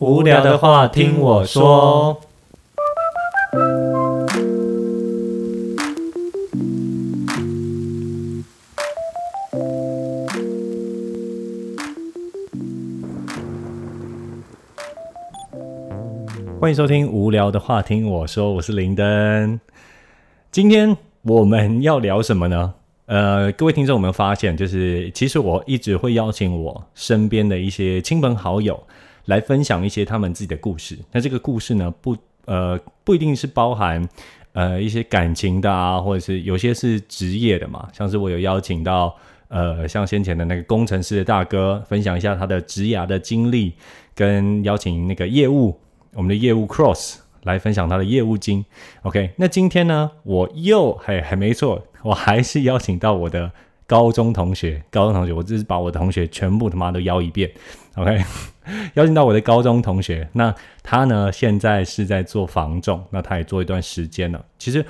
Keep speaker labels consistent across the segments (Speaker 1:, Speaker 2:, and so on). Speaker 1: 无聊的话听我说。欢迎收听《无聊的话听我说》，我是林登。今天我们要聊什么呢？呃，各位听众有没有发现，就是其实我一直会邀请我身边的一些亲朋好友来分享一些他们自己的故事。那这个故事呢，不呃不一定是包含呃一些感情的啊，或者是有些是职业的嘛，像是我有邀请到呃像先前的那个工程师的大哥分享一下他的职涯的经历，跟邀请那个业务我们的业务 Cross 来分享他的业务经。OK，那今天呢，我又还还没错，我还是邀请到我的高中同学，高中同学，我这是把我的同学全部他妈都邀一遍。OK，邀 请到我的高中同学，那他呢现在是在做房仲，那他也做一段时间了。其实，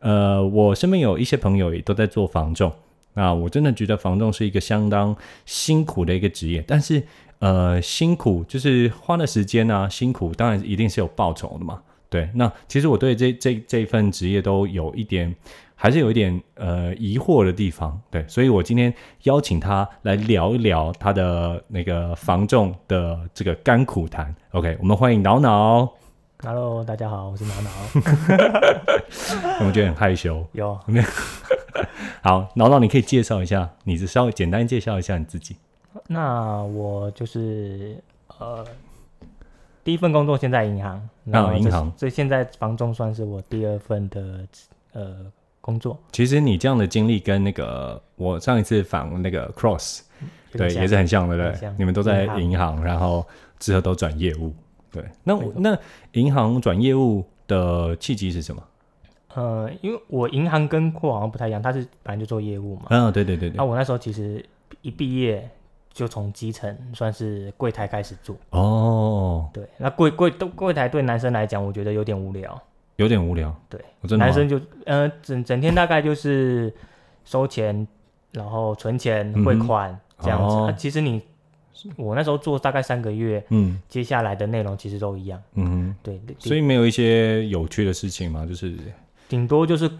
Speaker 1: 呃，我身边有一些朋友也都在做房仲。那我真的觉得房仲是一个相当辛苦的一个职业，但是呃，辛苦就是花的时间啊，辛苦当然一定是有报酬的嘛。对，那其实我对这这这一份职业都有一点，还是有一点呃疑惑的地方。对，所以我今天邀请他来聊一聊他的那个房仲的这个甘苦谈。OK，我们欢迎挠挠，
Speaker 2: Hello，大家好，我是挠 挠。
Speaker 1: 我觉得很害羞。
Speaker 2: 有，
Speaker 1: 好，挠挠，你可以介绍一下，你只稍微简单介绍一下你自己。
Speaker 2: 那我就是呃，第一份工作先在银行，然后
Speaker 1: 哦银
Speaker 2: 这是
Speaker 1: 行
Speaker 2: 这现在房仲算是我第二份的呃工作，
Speaker 1: 其实你这样的经历跟那个我上一次访那个 Cross，
Speaker 2: 有
Speaker 1: 对，
Speaker 2: 点
Speaker 1: 也
Speaker 2: 像
Speaker 1: 是很像的，对
Speaker 2: 很
Speaker 1: 不对
Speaker 2: 像？
Speaker 1: 你们都在
Speaker 2: 银行
Speaker 1: 银行，然后之后都转业务，对。那我
Speaker 2: 没错
Speaker 1: 那银行转业务的契机是什么？
Speaker 2: 呃，因为我银行跟过往不太一样，他是本来就做业务嘛。
Speaker 1: 嗯啊，对对对
Speaker 2: 那、
Speaker 1: 对，
Speaker 2: 我那时候其实一毕业就从基层算是柜台开始做，
Speaker 1: 哦，
Speaker 2: 对，那柜柜都柜台对男生来讲，我觉得有点无聊。
Speaker 1: 有点无聊，
Speaker 2: 对，
Speaker 1: 我哦真的
Speaker 2: 男
Speaker 1: 吗
Speaker 2: 生就呃整整天大概就是收钱，然后存钱
Speaker 1: 嗯哼、
Speaker 2: 汇款这样子。
Speaker 1: 哦
Speaker 2: 啊其实你我那时候做大概三个月，
Speaker 1: 嗯
Speaker 2: 接下来的内容其实都一样，
Speaker 1: 嗯哼，
Speaker 2: 对，
Speaker 1: 所以没有一些有趣的事情嘛，就是
Speaker 2: 顶多就是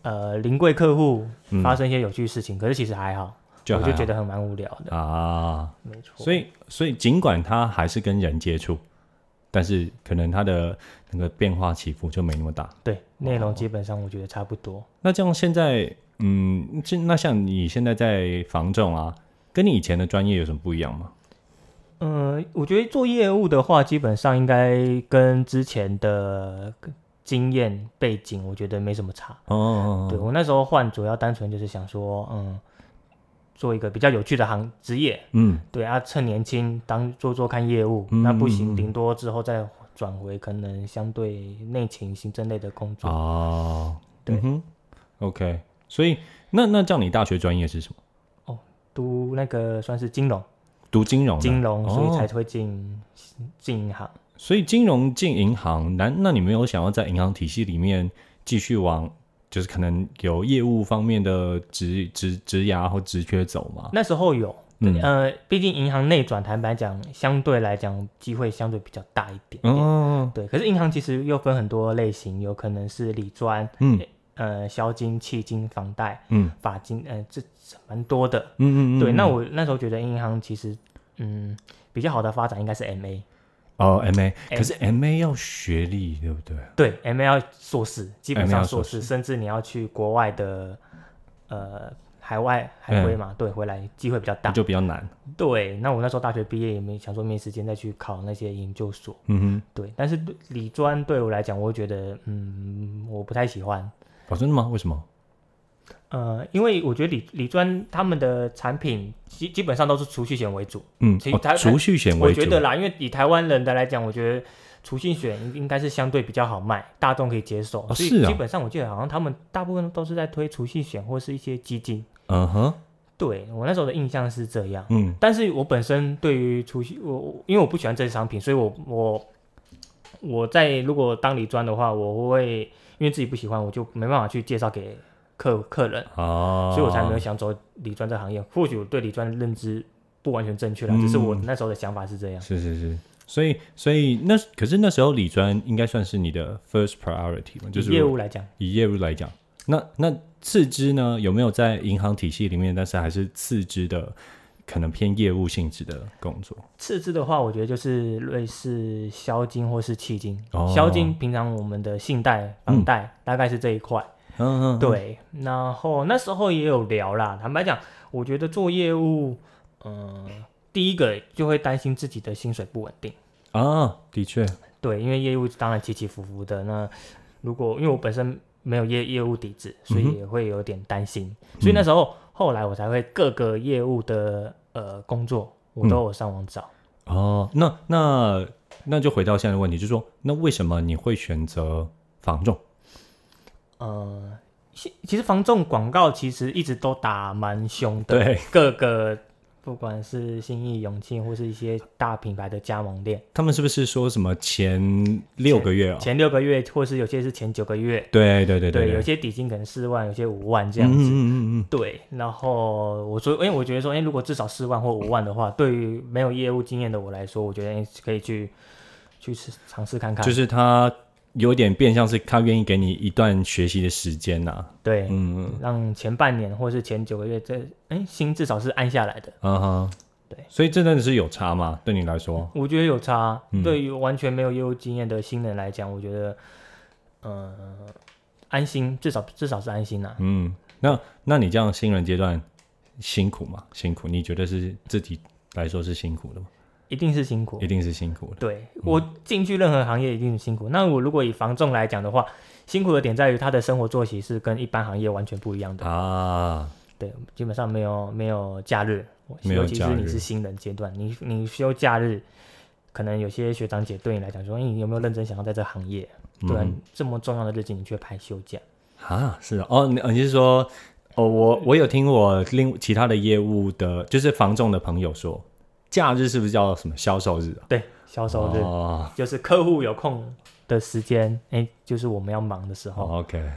Speaker 2: 呃临柜客户
Speaker 1: 嗯
Speaker 2: 发生一些有趣的事情，可是其实还好，
Speaker 1: 就
Speaker 2: 我
Speaker 1: 还
Speaker 2: 就
Speaker 1: 好
Speaker 2: 觉得很蛮无聊的，
Speaker 1: 啊，
Speaker 2: 没错。
Speaker 1: 所以所以尽管他还是跟人接触，但是可能他的那个变化起伏就没那么大。
Speaker 2: 对内容基本上我觉得差不多。
Speaker 1: 那这样现在，嗯，这那像你现在在房仲啊，跟你以前的专业有什么不一样吗？
Speaker 2: 嗯，我觉得做业务的话，基本上应该跟之前的经验背景，我觉得没什么差。
Speaker 1: 哦哦，
Speaker 2: 对
Speaker 1: 哦
Speaker 2: 我那时候换，主要单纯就是想说，嗯，做一个比较有趣的行职业，
Speaker 1: 嗯
Speaker 2: 对啊，趁年轻当做做看业务，
Speaker 1: 嗯
Speaker 2: 那不
Speaker 1: 嗯嗯
Speaker 2: 行，顶多之后再转回可能相对内勤、行政类的工作。
Speaker 1: 哦，
Speaker 2: 对
Speaker 1: 嗯哼，OK，所以那那叫你大学专业是什么？
Speaker 2: 读那个算是金融，
Speaker 1: 读金融的，
Speaker 2: 金融，所以才
Speaker 1: 哦
Speaker 2: 会进进银行。
Speaker 1: 所以金融进银行，那那你没有想要在银行体系里面继续往，就是可能有业务方面的职职职涯或职缺走吗？
Speaker 2: 那时候有，
Speaker 1: 嗯
Speaker 2: 呃，毕竟银行内转，坦白讲，相对来讲机会相对比较大一点点。
Speaker 1: 哦，
Speaker 2: 对，可是银行其实又分很多类型，有可能是理专、
Speaker 1: 嗯
Speaker 2: 呃销金、契金、房贷、
Speaker 1: 嗯
Speaker 2: 法金，呃，这这蛮多的。
Speaker 1: 嗯嗯嗯，
Speaker 2: 对，那
Speaker 1: 嗯
Speaker 2: 我那时候觉得银行其实，嗯，比较好的发展应该是 MA，
Speaker 1: 哦 M A，
Speaker 2: 哎
Speaker 1: 可是 M A 要学历对不对？
Speaker 2: 对，MA 要硕士，基本
Speaker 1: MA 要
Speaker 2: 上
Speaker 1: 硕
Speaker 2: 硕士，甚至你要去国外的，呃，海外海归嘛，对，回来机会比较大。
Speaker 1: 嗯就比较难。
Speaker 2: 对，那我那时候大学毕业也没想说没时间再去考那些研究所，
Speaker 1: 嗯哼，
Speaker 2: 对。但是对理专对我来讲，我会觉得嗯，我不太喜欢，
Speaker 1: 哦，真的吗？为什么？
Speaker 2: 呃，因为我觉得理理专他们的产品基基本上都是储蓄险为主，
Speaker 1: 嗯
Speaker 2: 其，实
Speaker 1: 哦、
Speaker 2: 它
Speaker 1: 储蓄险
Speaker 2: 我
Speaker 1: 为主，
Speaker 2: 觉得啦，因为以台湾人的来讲，我觉得储蓄险应应该是相对比较好卖，大众可以接受，
Speaker 1: 哦
Speaker 2: 所以
Speaker 1: 是啊
Speaker 2: 基本上我记得好像他们大部分都是在推储蓄险或是一些基金，
Speaker 1: 嗯哼，
Speaker 2: 对我那时候的印象是这样。
Speaker 1: 嗯
Speaker 2: 但是我本身对于储蓄，我我因为我不喜欢这些商品，所以我我我在如果当理专的话，我会因为自己不喜欢，我就没办法去介绍给客客人，
Speaker 1: 哦，
Speaker 2: 所以我才没有想走理专这行业。或许我对理专的认知不完全正确啦，
Speaker 1: 嗯
Speaker 2: 只是我那时候的想法是这样。
Speaker 1: 是是是，所以所以那可是那时候理专应该算是你的 first priority 嘛，就是
Speaker 2: 以业务来讲，
Speaker 1: 以业务来讲，那那次之呢有没有在银行体系里面，但是还是次之的可能偏业务性质的工作？
Speaker 2: 次之的话，我觉得就是类似销金或是迄金。
Speaker 1: 哦
Speaker 2: 销金平常我们的信贷、房贷、大概是这一块。
Speaker 1: 嗯嗯，
Speaker 2: 对，然后那时候也有聊啦。坦白讲，我觉得做业务，嗯、第一个就会担心自己的薪水不稳定。
Speaker 1: 啊，的确，
Speaker 2: 对，因为业务当然起起伏伏的。那如果因为我本身没有业业务底子，
Speaker 1: 嗯
Speaker 2: 所
Speaker 1: 哼嗯
Speaker 2: 以也会有点担心。所以那时候后来我才会各个业务的呃工作，我
Speaker 1: 嗯
Speaker 2: 都有上网找。
Speaker 1: 哦，那那那就回到现在的问题，就是说，那为什么你会选择房仲？
Speaker 2: 呃，其其实防重广告其实一直都打蛮凶的，
Speaker 1: 对，
Speaker 2: 各个不管是新意、永庆或是一些大品牌的加盟店，
Speaker 1: 他们是不是说什么前六个月啊、
Speaker 2: 前六个月或是有些是前九个月，
Speaker 1: 对对对
Speaker 2: 有
Speaker 1: 对，
Speaker 2: 些底薪可能四万，有些五万这样
Speaker 1: 嗯
Speaker 2: 子。
Speaker 1: 嗯嗯嗯
Speaker 2: 对，然后我说，因为我觉得说，哎，如果至少四万或五万的话，对于没有业务经验的我来说，我觉得哎可以去去试尝试看
Speaker 1: 嗯，
Speaker 2: 看。
Speaker 1: 就是他有点变相是他愿意给你一段学习的时间呐、
Speaker 2: 对，
Speaker 1: 嗯嗯
Speaker 2: 让前半年或是前九个月这，哎，心至少是按下来的。
Speaker 1: 啊哈，
Speaker 2: 对，
Speaker 1: 所以这真的是有差吗？对你来说，
Speaker 2: 我觉得有差
Speaker 1: 嗯。
Speaker 2: 对于完全没有业务经验的新人来讲，我觉得，呃，安心，至少至少是安心啦、
Speaker 1: 嗯，那那你这样新人阶段辛苦吗？辛苦，你觉得是自己来说是辛苦的吗？
Speaker 2: 一定是辛苦
Speaker 1: 一。定嗯是辛苦的。
Speaker 2: 对我进去任何行业一定是辛苦。那我如果以房仲来讲的话，辛苦的点在于他的生活作息是跟一般行业完全不一样的。
Speaker 1: 啊，
Speaker 2: 对，基本上没有没有假日，
Speaker 1: 没有
Speaker 2: 尤其
Speaker 1: 假
Speaker 2: 是
Speaker 1: 日
Speaker 2: 你是新人阶段，你你休假日，可能有些学长姐对你来讲说，哎你有没有认真想要在这个行业？对啊、
Speaker 1: 嗯
Speaker 2: 这么重要的日子你却排休假。
Speaker 1: 啊，是啊哦，你你是说，哦，我我有听我另其他的业务的，就是房仲的朋友说，假日是不是叫什么销售日啊？
Speaker 2: 对，销售日、
Speaker 1: 哦
Speaker 2: 就是客户有空的时间，哎、就是我们要忙的时候。
Speaker 1: 哦，OK，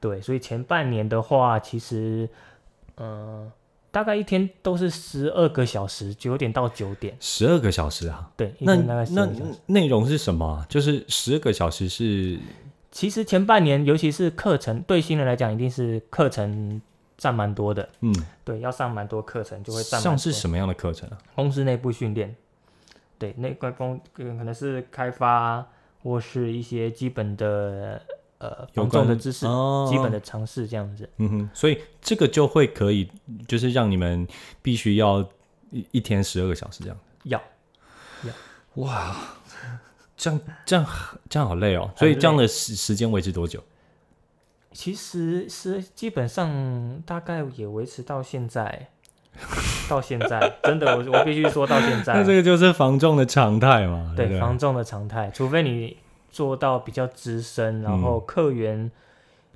Speaker 2: 对，所以前半年的话，其实，呃，大概一天都是十二个小时，九点到九点。
Speaker 1: 十二个小时啊。
Speaker 2: 对，一
Speaker 1: 那
Speaker 2: 天大概十
Speaker 1: 那
Speaker 2: 二小时。
Speaker 1: 内容是什么啊？就是十二个小时是
Speaker 2: 其实前半年，尤其是课程，对新人来讲，一定是课程占蛮多的。
Speaker 1: 嗯，
Speaker 2: 对，要上蛮多课程，就会占蛮
Speaker 1: 像是
Speaker 2: 多
Speaker 1: 什么样的课程啊？
Speaker 2: 公司内部训练，对，内关公呃可能是开发或是一些基本的呃
Speaker 1: 有
Speaker 2: 防重的
Speaker 1: 关
Speaker 2: 知识，
Speaker 1: 哦
Speaker 2: 基本的尝试这样子。
Speaker 1: 嗯哼，所以这个就会可以，就是让你们必须要一一天十二个小时这样。
Speaker 2: 要
Speaker 1: 哇，这样这样这样好累哦。所以
Speaker 2: 很累
Speaker 1: 这样的时时间维持多久？
Speaker 2: 其实是基本上大概也维持到现在，到现在真的，我我必须说到现在
Speaker 1: 那，这个就是防重的常态嘛，对不啊
Speaker 2: 对防重的常态，除非你做到比较资深，然后客源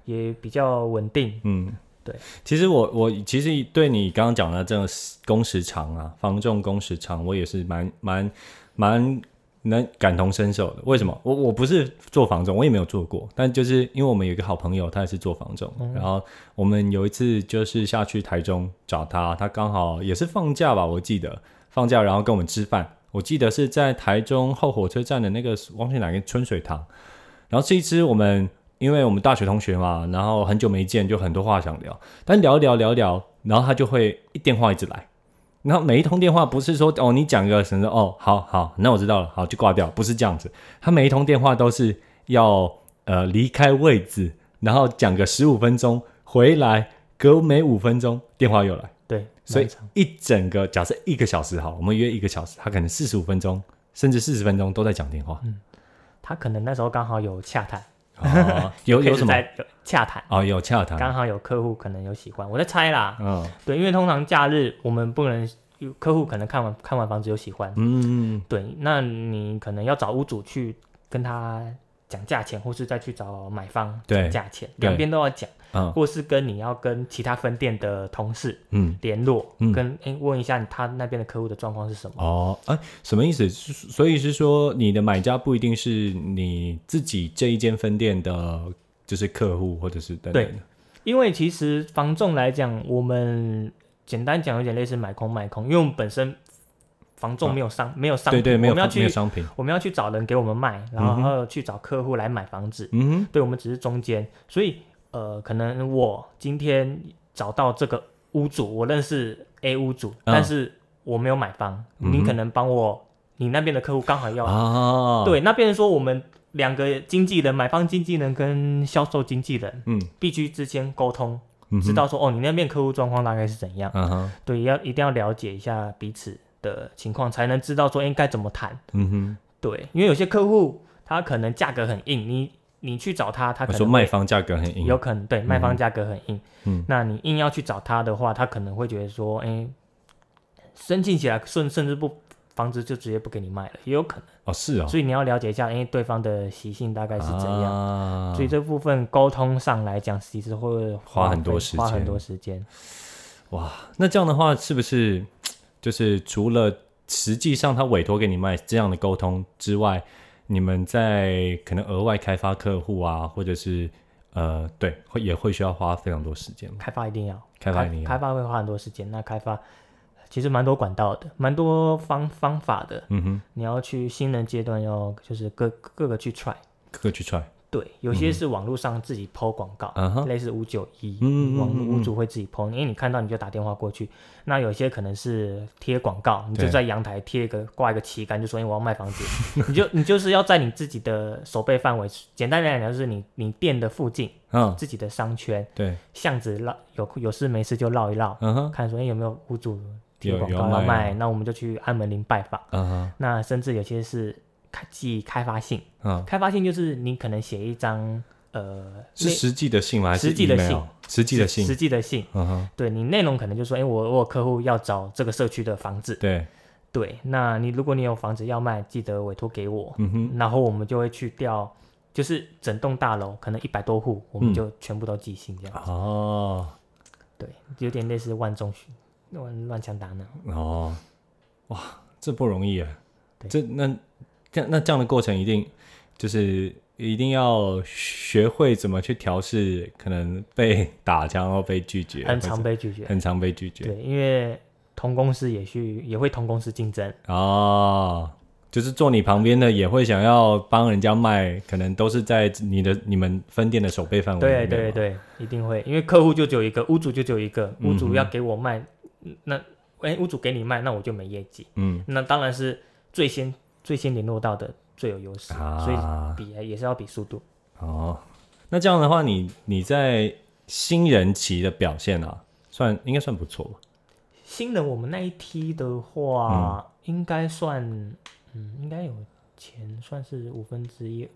Speaker 2: 也比较稳定，
Speaker 1: 嗯，
Speaker 2: 对。
Speaker 1: 其实我我其实对你刚刚讲的这个工时长啊，防重工时长，我也是蛮蛮蛮能感同身受的。为什么？我我不是做防重，我也没有做过，但就是因为我们有一个好朋友，他也是做防重，然后我们有一次就是下去台中找他，他刚好也是放假吧，我记得放假，然后跟我们吃饭。我记得是在台中后火车站的那个忘记哪个春水堂，然后这一支我们因为我们大学同学嘛，然后很久没见，就很多话想聊，但聊一聊聊一聊，然后他就会一电话一直来，然后每一通电话不是说哦你讲个什么哦好好那我知道了好就挂掉，不是这样子，他每一通电话都是要呃离开位置，然后讲个十五分钟回来，隔每五分钟电话又来。
Speaker 2: 对，
Speaker 1: 所以
Speaker 2: 蛮长
Speaker 1: 一整个假设一个小时好，我们约一个小时，他可能四十五分钟甚至四十分钟都在讲电
Speaker 2: 嗯
Speaker 1: 话。
Speaker 2: 他可能那时候刚好有洽谈，
Speaker 1: 哦、 有有
Speaker 2: 开始
Speaker 1: 什么？
Speaker 2: 在有洽谈，
Speaker 1: 哦，有洽谈。
Speaker 2: 刚好有客户可能有喜欢，我在猜啦，
Speaker 1: 嗯
Speaker 2: 对，因为通常假日我们不能，有客户可能看完看完房子有喜欢。
Speaker 1: 嗯，
Speaker 2: 对，那你可能要找屋主去跟他讲价钱，或是再去找买方
Speaker 1: 对
Speaker 2: 讲价钱，
Speaker 1: 对
Speaker 2: 两边都要讲，
Speaker 1: 嗯
Speaker 2: 或是跟你要跟其他分店的同事
Speaker 1: 嗯，
Speaker 2: 联络，
Speaker 1: 嗯
Speaker 2: 跟哎问一下你他那边的客户的状况是什么。
Speaker 1: 哦，哎、什么意思？是所以是说，你的买家不一定是你自己这一间分店的，就是客户或者是等等的。
Speaker 2: 因为其实房仲来讲，我们简单讲有点类似买空卖空，因为我们本身房仲没有商、没有商
Speaker 1: 啊对
Speaker 2: 品，
Speaker 1: 对，没有
Speaker 2: 我们要
Speaker 1: 没有
Speaker 2: 去
Speaker 1: 商品，
Speaker 2: 我们要去找人给我们卖，然
Speaker 1: 嗯哼
Speaker 2: 后去找客户来买房子。
Speaker 1: 嗯
Speaker 2: 对，我们只是中间，所以呃，可能我今天找到这个屋主，我认识 A 屋主，但是我没有买房，
Speaker 1: 啊嗯
Speaker 2: 你
Speaker 1: 哼
Speaker 2: 可能帮我，你那边的客户刚好
Speaker 1: 哼，
Speaker 2: 要，
Speaker 1: 哦，，
Speaker 2: 对，那变成说我们两个经纪人，买方经纪人跟销售经纪人
Speaker 1: 嗯，
Speaker 2: 必须之间沟通，
Speaker 1: 嗯哼
Speaker 2: 知，道说哦，你那边客户状况大概是怎样，
Speaker 1: 嗯哼，
Speaker 2: 对，要一定要了解一下彼此的情况，才能知道说应该怎么谈。
Speaker 1: 嗯哼，
Speaker 2: 对，因为有些客户他可能价格很硬，你你去找他，他
Speaker 1: 我
Speaker 2: 可
Speaker 1: 说
Speaker 2: 能
Speaker 1: 哦卖
Speaker 2: 会
Speaker 1: 方价格很硬，
Speaker 2: 有可能对卖
Speaker 1: 嗯
Speaker 2: 方价格很硬，
Speaker 1: 嗯
Speaker 2: 那你硬要去找他的话，他可能会觉得说，哎、申请起来甚甚至不房子就直接不给你卖了，也有可能，
Speaker 1: 哦，是哦，
Speaker 2: 所以你要了解一下，哎、对方的习性大概是怎样。
Speaker 1: 样
Speaker 2: 所以这部分沟通上来讲，其实会
Speaker 1: 花很多
Speaker 2: 费
Speaker 1: 时
Speaker 2: 花很
Speaker 1: 间
Speaker 2: 多时间。
Speaker 1: 那这样的话，是不是就是除了实际上他委托给你卖这样的沟通之外，你们在可能额外开发客户啊，或者是呃，对，会也会需要花非常多时间嘛？
Speaker 2: 开发一定要
Speaker 1: 开发你
Speaker 2: 开发会花很多时间。那开发其实蛮多管道的，蛮多方方法的。
Speaker 1: 嗯哼，
Speaker 2: 你要去新人阶段要就是各各个去 try，
Speaker 1: 各个去 try，
Speaker 2: 对，有些是网络上自己 PO 广告，
Speaker 1: 嗯哼，
Speaker 2: 类似五九一
Speaker 1: 嗯嗯嗯，
Speaker 2: 网络屋
Speaker 1: 嗯
Speaker 2: 主会自己 PO，因为你看到你就打电话过去。那有些可能是贴广告，你就
Speaker 1: 对
Speaker 2: 在阳台贴一个挂一个旗杆，就说哎我要卖 房子，你就你就是要在你自己的手背范围，简单来讲就是你你店的附近，
Speaker 1: 嗯，
Speaker 2: 自己的商圈
Speaker 1: 对，
Speaker 2: 巷子绕有有事没事就绕一绕，
Speaker 1: 嗯哼，
Speaker 2: 看说哎有没有屋主贴
Speaker 1: 有
Speaker 2: 广
Speaker 1: 有
Speaker 2: 告要
Speaker 1: 卖
Speaker 2: 卖，那我们就去按门铃拜访。
Speaker 1: 嗯哼，
Speaker 2: 那甚至有些是开寄开发信，
Speaker 1: 嗯，
Speaker 2: 开发信就是你可能写一张呃
Speaker 1: 是
Speaker 2: 内
Speaker 1: 实际的信吗？还是
Speaker 2: 实际的
Speaker 1: email？实际的
Speaker 2: 实实
Speaker 1: 信，
Speaker 2: 际的信，
Speaker 1: 嗯哼，
Speaker 2: 对你内容可能就说，哎、我我有客户要找这个社区的房子，
Speaker 1: 对，
Speaker 2: 对，那你如果你有房子要卖，记得委托给我，
Speaker 1: 嗯哼，
Speaker 2: 然后我们就会去调，就是整栋大楼可能一百多户，我
Speaker 1: 嗯
Speaker 2: 们就全部都寄信这样，
Speaker 1: 哦，
Speaker 2: 对，有点类似万众寻乱乱枪打鸟，
Speaker 1: 哦，哇，这不容易耶！
Speaker 2: 对
Speaker 1: 这那这样那这样的过程一定就是一定要学会怎么去调试，可能被打枪，然后被拒绝，
Speaker 2: 很
Speaker 1: 或
Speaker 2: 常
Speaker 1: 者
Speaker 2: 被拒绝，
Speaker 1: 很常被拒绝。
Speaker 2: 对，因为同公司也去也会同公司竞争。
Speaker 1: 哦，就是坐你旁边的也会想要帮人家卖，可能都是在你的你们分店的守备范围
Speaker 2: 对
Speaker 1: 里面
Speaker 2: 对
Speaker 1: 嘛，
Speaker 2: 对，一定会，因为客户就只有一个，屋主就只有一个，屋
Speaker 1: 嗯哼
Speaker 2: 主要给我卖，那哎、屋主给你卖，那我就没业绩，
Speaker 1: 嗯
Speaker 2: 那当然是最先最先联络到的最有优势，所以
Speaker 1: 啊，
Speaker 2: 比也是要比速度。
Speaker 1: 哦，那这样的话，你你在新人期的表现啊，算应该算不错吧？
Speaker 2: 新人我们那一批的话，应该算，嗯，应该有前算是五分之一、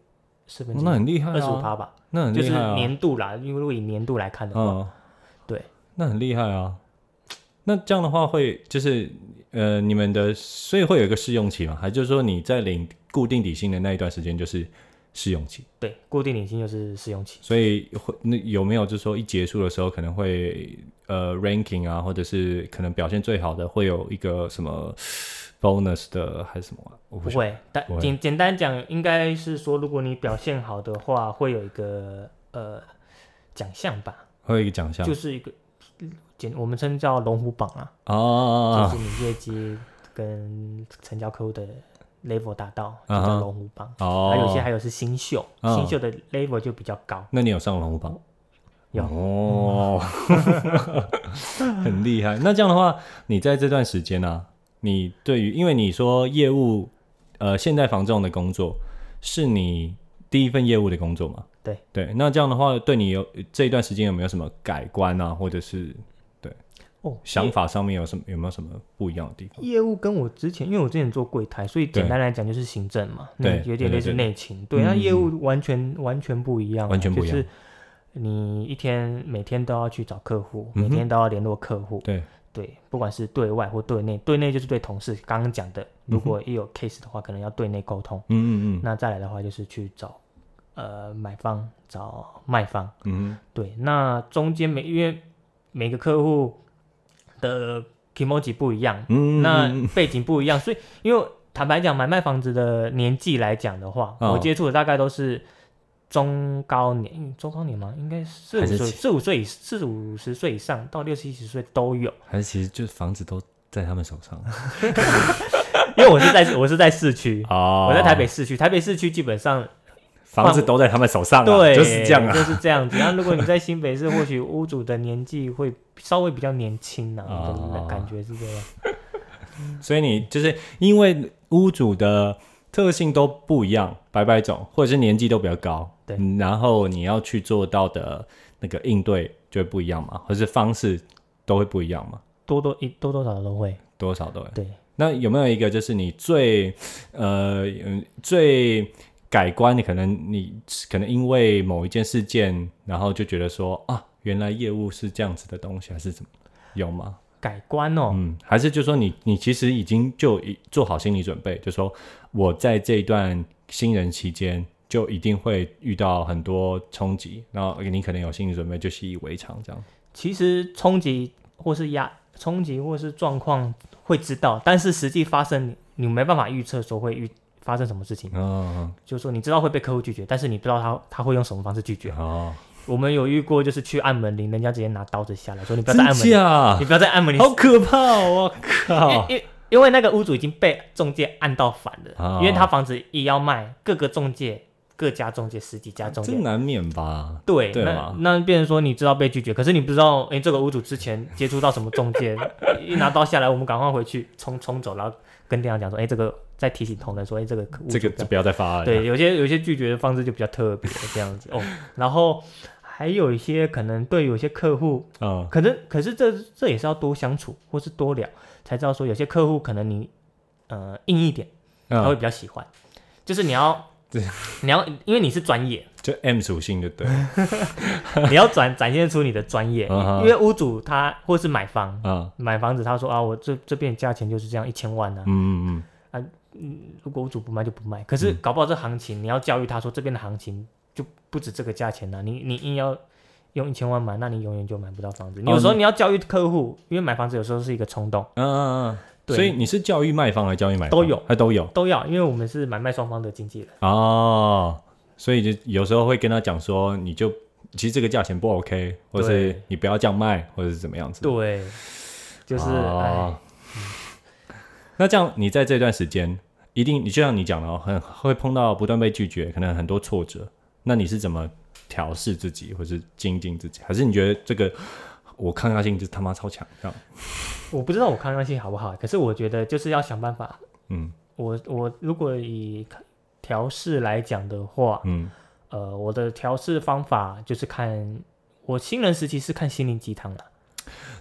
Speaker 2: 四分
Speaker 1: 哦
Speaker 2: 之
Speaker 1: 那
Speaker 2: 一、
Speaker 1: 很厉害、啊，
Speaker 2: 二十五趴吧，
Speaker 1: 那很
Speaker 2: 就
Speaker 1: 厉
Speaker 2: 是
Speaker 1: 害啊，
Speaker 2: 年度啦，因为如果以年度来看的话，
Speaker 1: 嗯，
Speaker 2: 对，
Speaker 1: 那很厉害啊。那这样的话会就是呃，你们的所以会有一个试用期嘛？还就是说你在领固定底薪的那一段时间就是试用期？
Speaker 2: 对，固定领薪就是试用期。
Speaker 1: 所以会那有没有就是说一结束的时候可能会呃 ranking 啊，或者是可能表现最好的会有一个什么 bonus 的还是什么啊、我不
Speaker 2: 不
Speaker 1: 晓
Speaker 2: 会，但
Speaker 1: 不会
Speaker 2: 简简单讲，应该是说，如果你表现好的话，会有一个呃奖项吧，
Speaker 1: 会有一个奖项
Speaker 2: 就是一个嗯简我们称叫龙虎榜啊，
Speaker 1: 哦
Speaker 2: 就是你业绩跟成交客户的 level 达到，就
Speaker 1: 啊哈
Speaker 2: 叫龙虎榜。
Speaker 1: 哦，
Speaker 2: 还有些还有是新秀，
Speaker 1: 嗯
Speaker 2: 新秀的 level 就比较高。
Speaker 1: 那你有上龙虎榜？
Speaker 2: 有
Speaker 1: 哦， 很厉害。那这样的话，你在这段时间呢、啊，你对于因为你说业务，呃，现代房仲的工作是你第一份业务的工作嘛？
Speaker 2: 对
Speaker 1: 对，那这样的话，对你有呃这一段时间有没有什么改观啊，或者是
Speaker 2: 哦，
Speaker 1: 想法上面有什么有没有什么不一样的地方？
Speaker 2: 业务跟我之前，因为我之前做柜台，所以
Speaker 1: 对
Speaker 2: 简单来讲就是行政嘛，
Speaker 1: 对
Speaker 2: 那有点类似
Speaker 1: 对对对
Speaker 2: 内勤。对，
Speaker 1: 嗯
Speaker 2: 那业务完全完全不一样啊，
Speaker 1: 完全不一样
Speaker 2: 就是你一天每天都要去找客户，
Speaker 1: 嗯哼
Speaker 2: 每天都要联络客户，
Speaker 1: 对，
Speaker 2: 对，不管是对外或对内，对内就是对同事，刚刚讲的，如
Speaker 1: 嗯
Speaker 2: 果一有 case 的话，可能要对内沟通。
Speaker 1: 嗯嗯嗯
Speaker 2: 那再来的话就是去找呃买方、找卖方，
Speaker 1: 嗯
Speaker 2: 对，那中间每因为每个客户的 i m o j i 不一样，
Speaker 1: 嗯，
Speaker 2: 那
Speaker 1: 嗯
Speaker 2: 背景不一样，所以因为坦白讲，买卖房子的年纪来讲的话，
Speaker 1: 哦
Speaker 2: 我接触的大概都是中高年，嗯中高年吗？应该四
Speaker 1: 还
Speaker 2: 五
Speaker 1: 是
Speaker 2: 岁，
Speaker 1: 起
Speaker 2: 四五岁以四五十岁以上到六七十岁都有。
Speaker 1: 还是其实就是房子都在他们手上。啊
Speaker 2: 因为我是在我是在市区，
Speaker 1: 哦，
Speaker 2: 我在台北，市区，台北市区基本上
Speaker 1: 房子都在他们手上、啊，
Speaker 2: 对，
Speaker 1: 就是这样啊。
Speaker 2: 就是这样子。那如果你在 新北市，或许屋主的年纪会稍微比较年轻啊，
Speaker 1: 哦
Speaker 2: 我的感觉是这样。
Speaker 1: 所以你就是因为屋主的特性都不一样，百百种，或者是年纪都比较高，
Speaker 2: 对
Speaker 1: 嗯然后你要去做到的那个应对就会不一样嘛，或是方式都会不一样嘛，
Speaker 2: 多多一多多少少都会，
Speaker 1: 多少都会。
Speaker 2: 对，
Speaker 1: 那有没有一个就是你最呃嗯最改观？你可能你可能因为某一件事件，然后就觉得说啊，原来业务是这样子的东西，还是怎么？有吗？
Speaker 2: 改观哦，
Speaker 1: 嗯，还是就说你你其实已经就已做好心理准备，就说我在这一段新人期间就一定会遇到很多冲击，然后你可能有心理准备，就习以为常这样。
Speaker 2: 其实冲击或是压冲击或是状况会知道，但是实际发生你你没办法预测说会遇发生什么事情，
Speaker 1: 嗯，
Speaker 2: 就是说你知道会被客户拒绝，但是你不知道他他会用什么方式拒绝。
Speaker 1: 哦，
Speaker 2: 我们有遇过就是去按门铃，人家直接拿刀子下来说你不要
Speaker 1: 真
Speaker 2: 再按门铃，
Speaker 1: 假
Speaker 2: 你？不要再按门铃，
Speaker 1: 好可怕哦！我靠！
Speaker 2: 因因因为那个屋主已经被中介按到烦了，
Speaker 1: 哦
Speaker 2: 因为他房子也要卖，各个中介各家中介十几家中
Speaker 1: 这
Speaker 2: 介。
Speaker 1: 难免吧？
Speaker 2: 对，
Speaker 1: 对
Speaker 2: 那
Speaker 1: 嘛
Speaker 2: 那变成说你知道被拒绝，可是你不知道，哎、这个屋主之前接触到什么 中介，一拿刀下来，我们赶快回去冲冲走，然后跟店长讲说，哎、这个再提醒同仁说，哎、这个屋
Speaker 1: 这
Speaker 2: 主
Speaker 1: 个
Speaker 2: 不要
Speaker 1: 就不要再发了。
Speaker 2: 对，有些有些拒绝的方式就比较特别这样子哦。然后还有一些可能对有些客户，
Speaker 1: 嗯，
Speaker 2: 可能可是这这也是要多相处或是多聊才知道说，有些客户可能你呃硬一点，他
Speaker 1: 嗯，
Speaker 2: 会比较喜欢，就是你要
Speaker 1: 对
Speaker 2: 你要因为你是专业，
Speaker 1: 就 M 属性就对了。
Speaker 2: 你要展展现出你的专业，
Speaker 1: 嗯哼
Speaker 2: 因为屋主他或是买房。
Speaker 1: 嗯
Speaker 2: 买房子，他说啊，我这这边价钱就是这样，一千万啊。
Speaker 1: 嗯嗯
Speaker 2: 如果屋主不卖就不卖，可是
Speaker 1: 嗯
Speaker 2: 搞不好这行情，你要教育他说这边的行情就不止这个价钱呐、啊你你硬要用一千万买，那你永远就买不到房
Speaker 1: 哦
Speaker 2: 子。你有时候你要教育客户，因为买房子有时候是一个冲动，
Speaker 1: 嗯嗯嗯。
Speaker 2: 对
Speaker 1: 所以你是教育卖方还是教育买方？
Speaker 2: 都有，
Speaker 1: 还都有
Speaker 2: 都要，因为我们是买卖双方的经纪人。
Speaker 1: 哦。所以就有时候会跟他讲说，你就其实这个价钱不 OK，或是
Speaker 2: 对
Speaker 1: 你不要这样卖，或者是怎么样子。，
Speaker 2: 对，就是、哎
Speaker 1: 哦。那这样，你在这段时间一定，你就像你讲的哦，很会碰到不断被拒绝，可能很多挫折。那你是怎么调试自己，或是精进自己？还是你觉得这个我抗压性就他妈超强？这样，
Speaker 2: 哎，我不知道我抗压性好不好，可是我觉得就是要想办法。
Speaker 1: 嗯
Speaker 2: 我我如果以调试来讲的话，
Speaker 1: 嗯，
Speaker 2: 呃，我的调试方法就是看我新人时期是看心灵鸡汤啦。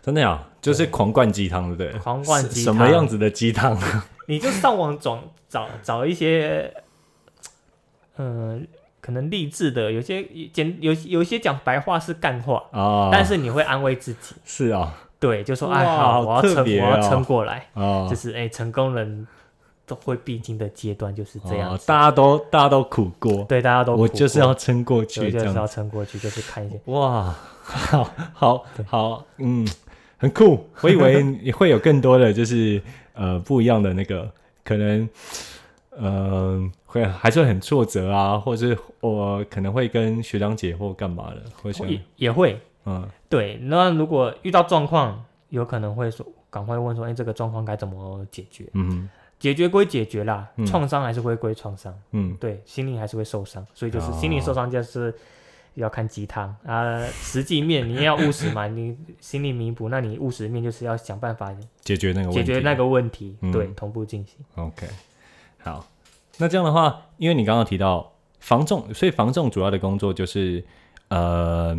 Speaker 1: 真的呀，就是狂灌鸡汤，对不对？
Speaker 2: 狂灌鸡
Speaker 1: 什
Speaker 2: 汤
Speaker 1: 么样子的鸡汤？
Speaker 2: 你就上网总找找一些，嗯、可能励志的，有些简有有一些讲白话是干话，
Speaker 1: 哦，
Speaker 2: 但是你会安慰自己，
Speaker 1: 是啊，
Speaker 2: 对，就说
Speaker 1: 哇
Speaker 2: 哎好，我
Speaker 1: 好
Speaker 2: 要
Speaker 1: 特
Speaker 2: 撑，我
Speaker 1: 别
Speaker 2: 要
Speaker 1: 哦
Speaker 2: 撑过来，
Speaker 1: 哦，
Speaker 2: 就是哎、成功人都会必经的阶段就是这样
Speaker 1: 哦
Speaker 2: 子，
Speaker 1: 大家都大家都苦过，
Speaker 2: 对，大家都
Speaker 1: 我
Speaker 2: 苦
Speaker 1: 就是
Speaker 2: 过
Speaker 1: 要撑过
Speaker 2: 对
Speaker 1: 去，
Speaker 2: 就
Speaker 1: 这样
Speaker 2: 是
Speaker 1: 子
Speaker 2: 要撑过去，就是看一些，
Speaker 1: 哇， 好好好，嗯，很酷。我以为你会有更多的，就是呃不一样的那个，可能呃会还是会很挫折啊，或者是我、可能会跟学长姐或干嘛的，或者
Speaker 2: 也哦也会
Speaker 1: 嗯
Speaker 2: 对，那如果遇到状况，有可能会说赶快问说，哎、这个状况该怎么解决？
Speaker 1: 嗯
Speaker 2: 解决归解决啦
Speaker 1: 嗯，
Speaker 2: 创伤还是会归创伤。
Speaker 1: 嗯
Speaker 2: 对，心灵还是会受伤，所以就是
Speaker 1: 哦
Speaker 2: 心灵受伤就是要看鸡汤啊，实际面你也要务实嘛，你心理弥补，那你务实面就是要想办法
Speaker 1: 解决那个问题，
Speaker 2: 解决那个问题，
Speaker 1: 嗯
Speaker 2: 对，同步进行。
Speaker 1: OK，好，那这样的话，因为你刚刚提到防重，所以防重主要的工作就是，呃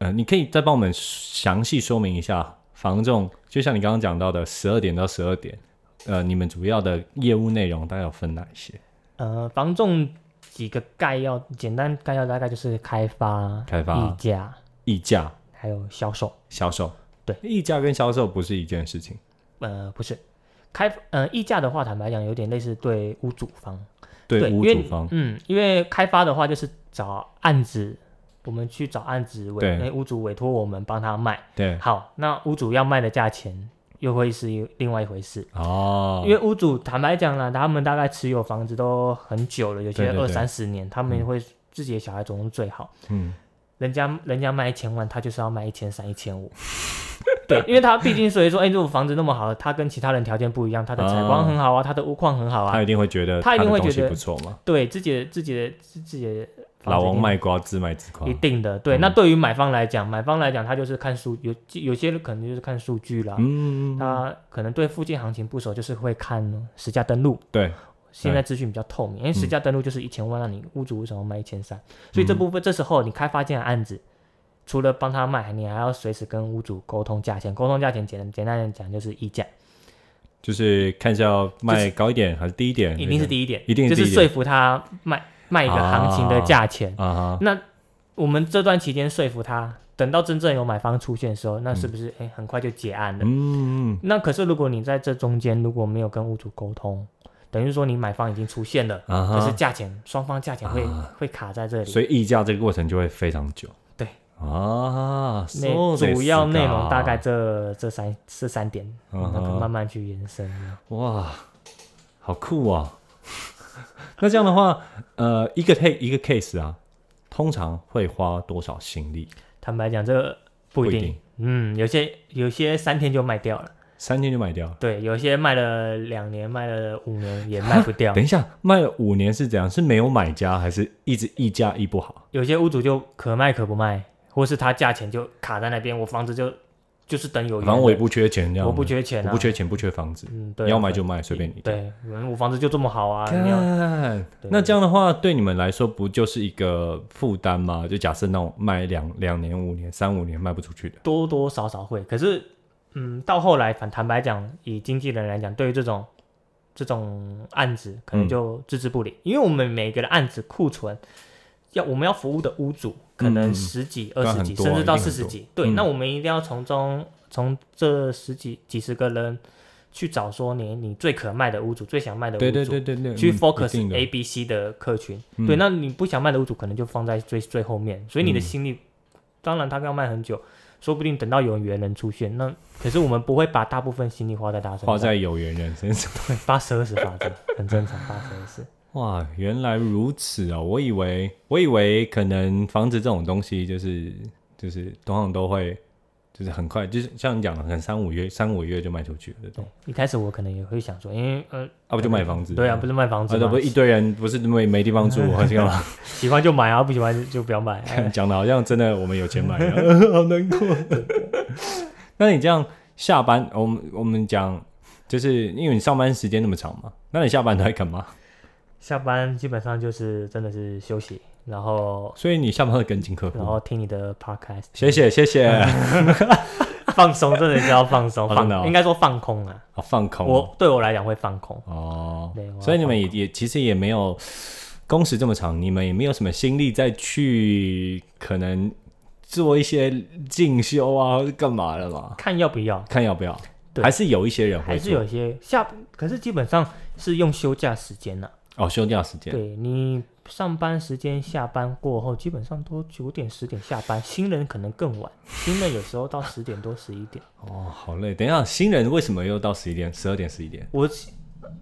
Speaker 1: 呃，你可以再帮我们详细说明一下防重，就像你刚刚讲到的，十二点到十二点，呃，你们主要的业务内容大概有分哪一些？
Speaker 2: 呃，防重几个概要，简单概要大概就是开发、
Speaker 1: 开发
Speaker 2: 议价，
Speaker 1: 议价、
Speaker 2: 还有销售。
Speaker 1: 销售，
Speaker 2: 对，
Speaker 1: 议价跟销售不是一件事情，
Speaker 2: 呃，不是开呃议价的话，坦白讲有点类似对屋主方，
Speaker 1: 对
Speaker 2: 对，因
Speaker 1: 屋
Speaker 2: 为
Speaker 1: 主方，
Speaker 2: 嗯，因为开发的话就是找案子，我们去找案子委，
Speaker 1: 对
Speaker 2: 那屋主委托我们帮他卖。
Speaker 1: 对，
Speaker 2: 好，那屋主要卖的价钱又会是一另外一回事，
Speaker 1: 哦，
Speaker 2: 因为屋主坦白讲啦，他们大概持有房子都很久了，有
Speaker 1: 对
Speaker 2: 些
Speaker 1: 对嗯
Speaker 2: 二
Speaker 1: 对
Speaker 2: 三十年，他们会自己的小孩总是最好，
Speaker 1: 嗯，
Speaker 2: 人家人家卖一千万，他就是要卖一千三、一千五，对，因为他毕竟所以说，哎、如果房子那么好，他跟其他人条件不一样，他的采光很好啊，他的屋况很好啊
Speaker 1: 他，一定会觉得
Speaker 2: 他一定
Speaker 1: 的
Speaker 2: 会
Speaker 1: 东
Speaker 2: 觉
Speaker 1: 西
Speaker 2: 得
Speaker 1: 不错嘛。
Speaker 2: 对自己的自己的自己的房
Speaker 1: 老
Speaker 2: 子一
Speaker 1: 王
Speaker 2: 定
Speaker 1: 卖瓜，自卖自夸
Speaker 2: 一。定的，对。
Speaker 1: 嗯
Speaker 2: 那对于买方来讲，买方来讲，他就是看数，有有些人可能就是看数据啦，
Speaker 1: 嗯，
Speaker 2: 他可能对附近行情不熟，就是会看实价登录。
Speaker 1: 对，嗯
Speaker 2: 现在资讯比较透明，因为实价登录就是一千万，那你屋主为什么卖一千三？所以这部分这时候你开发建的案子，除了帮他卖，你还要随时跟屋主沟通价钱。沟通价钱简简单点讲就是议价，
Speaker 1: 就是看是要卖高一点还是低一点？
Speaker 2: 一定是第一点，
Speaker 1: 嗯一定是
Speaker 2: 就
Speaker 1: 第一
Speaker 2: 是
Speaker 1: 点
Speaker 2: 说服他卖卖一个行情的价钱。
Speaker 1: 啊哈，
Speaker 2: 那我们这段期间说服他，等到真正有买方出现的时候，那是不是哎、诶很快就结案了？
Speaker 1: 嗯，
Speaker 2: 那可是如果你在这中间如果没有跟屋主沟通，等于说你买方已经出现了，
Speaker 1: 啊
Speaker 2: 可
Speaker 1: 哈，
Speaker 2: 是价钱双方价钱会、
Speaker 1: 啊
Speaker 2: 会卡在这里。
Speaker 1: 所以议价这个过程就会非常久。
Speaker 2: 对
Speaker 1: 啊，
Speaker 2: 内
Speaker 1: そうですか
Speaker 2: 主要内容大概这这三这三点，
Speaker 1: 嗯哼
Speaker 2: 那个慢慢去延伸。
Speaker 1: 哇，好酷啊！ 那这样的话，呃，一个 take 一个 case 啊，通常会花多少心力？
Speaker 2: 坦白讲，这个不一
Speaker 1: 不一
Speaker 2: 定。
Speaker 1: 定
Speaker 2: 嗯，有些有些三天就卖掉了，
Speaker 1: 三天就卖掉了？
Speaker 2: 对，有些卖了两年，卖了五 年也卖不掉
Speaker 1: 等。一下，卖了五年是怎样？是没有买家，还是一直议价议不好？
Speaker 2: 有些屋主就可卖可不卖，或是他价钱就卡在那边，我房子就就是等有缘人，
Speaker 1: 反正我也不缺钱，这样
Speaker 2: 我不缺钱、啊，
Speaker 1: 我不，缺钱，不缺房子，
Speaker 2: 嗯，对啊，
Speaker 1: 你要买就卖，随便你。
Speaker 2: 对，嗯我房子就这么好啊，你要
Speaker 1: 看，
Speaker 2: 对
Speaker 1: 那这样的话，对你们来说不就是一个负担吗？就假设那种卖两两年、五年、三五年卖不出去的，
Speaker 2: 多多少少会，可是，嗯，到后来反坦白讲，以经纪人来讲，对于这种这种案子，可能
Speaker 1: 嗯
Speaker 2: 就置之不理，因为我们每个的案子库存要我们要服务的屋主，可
Speaker 1: 嗯嗯
Speaker 2: 能
Speaker 1: 嗯
Speaker 2: 十几、
Speaker 1: 对
Speaker 2: 二
Speaker 1: 啊
Speaker 2: 十
Speaker 1: 很
Speaker 2: 几，
Speaker 1: 多啊
Speaker 2: 甚至到
Speaker 1: 一定
Speaker 2: 四
Speaker 1: 很
Speaker 2: 十
Speaker 1: 多
Speaker 2: 几，对，
Speaker 1: 嗯
Speaker 2: 那我们一定要从中从这十几几十个人去找说你你最可卖的屋主，最想卖的屋主，
Speaker 1: 对对对对对，
Speaker 2: 去
Speaker 1: 嗯
Speaker 2: focus
Speaker 1: 一定的
Speaker 2: A、B、C 的客群。
Speaker 1: 嗯
Speaker 2: 对，那你不想卖的屋主可能就放在最最后面，所以你的心力，当然他要卖很久，说不定等到有缘人出现，那可是我们不会把大部分心力花在他身上，
Speaker 1: 花在有缘人身上。
Speaker 2: 对 八十二十法则很正常，八十二十。
Speaker 1: 哇，原来如此哦！我以为，我以为可能房子这种东西就是就是通常都会就是很快，就是像你讲的，可能三五月三五月就卖出去了这
Speaker 2: 对
Speaker 1: 种，，
Speaker 2: 一开始我可能也会想说，因为呃，
Speaker 1: 啊不就卖房子？
Speaker 2: 对啊，不是卖房
Speaker 1: 啊
Speaker 2: 子
Speaker 1: 这
Speaker 2: 吗？
Speaker 1: 不是一堆人不是没没地方住，还是干嘛？
Speaker 2: 喜欢就买啊，不喜欢就不要 买。哎
Speaker 1: 讲的好像真的我们有钱买一样， 好难过。那你这样下班，我们我们讲，就是因为你上班时间那么长嘛，那你下班都在干嘛？
Speaker 2: 下班基本上就是真的是休息，然后
Speaker 1: 所以你下班会跟进客
Speaker 2: 然
Speaker 1: 户。
Speaker 2: 后听你的 podcast，
Speaker 1: 谢谢谢谢，
Speaker 2: 嗯
Speaker 1: 啊
Speaker 2: 放松，真的是要放松，
Speaker 1: 哦
Speaker 2: 放
Speaker 1: 真的哦
Speaker 2: 应该说放空啊。
Speaker 1: 放空。
Speaker 2: 我对我来讲会放空，
Speaker 1: 哦
Speaker 2: 对我，要
Speaker 1: 所以你们也
Speaker 2: 放
Speaker 1: 也其实也没有工时这么长，你们也没有什么心力再去可能做一些进修啊，或者干嘛了嘛？
Speaker 2: 看要不要，
Speaker 1: 看要不要，
Speaker 2: 对
Speaker 1: 还是有一些人哦会
Speaker 2: 还是
Speaker 1: 做
Speaker 2: 有一些下，可是基本上是用休假时间了、
Speaker 1: 哦，休假时间
Speaker 2: 对你上班时间下班过后，基本上都九点十点下班，新人可能更晚，新人有时候到十点多十一点。
Speaker 1: 哦，好累。等一下，新人为什么又到十一点、十二点、十一点？
Speaker 2: 我，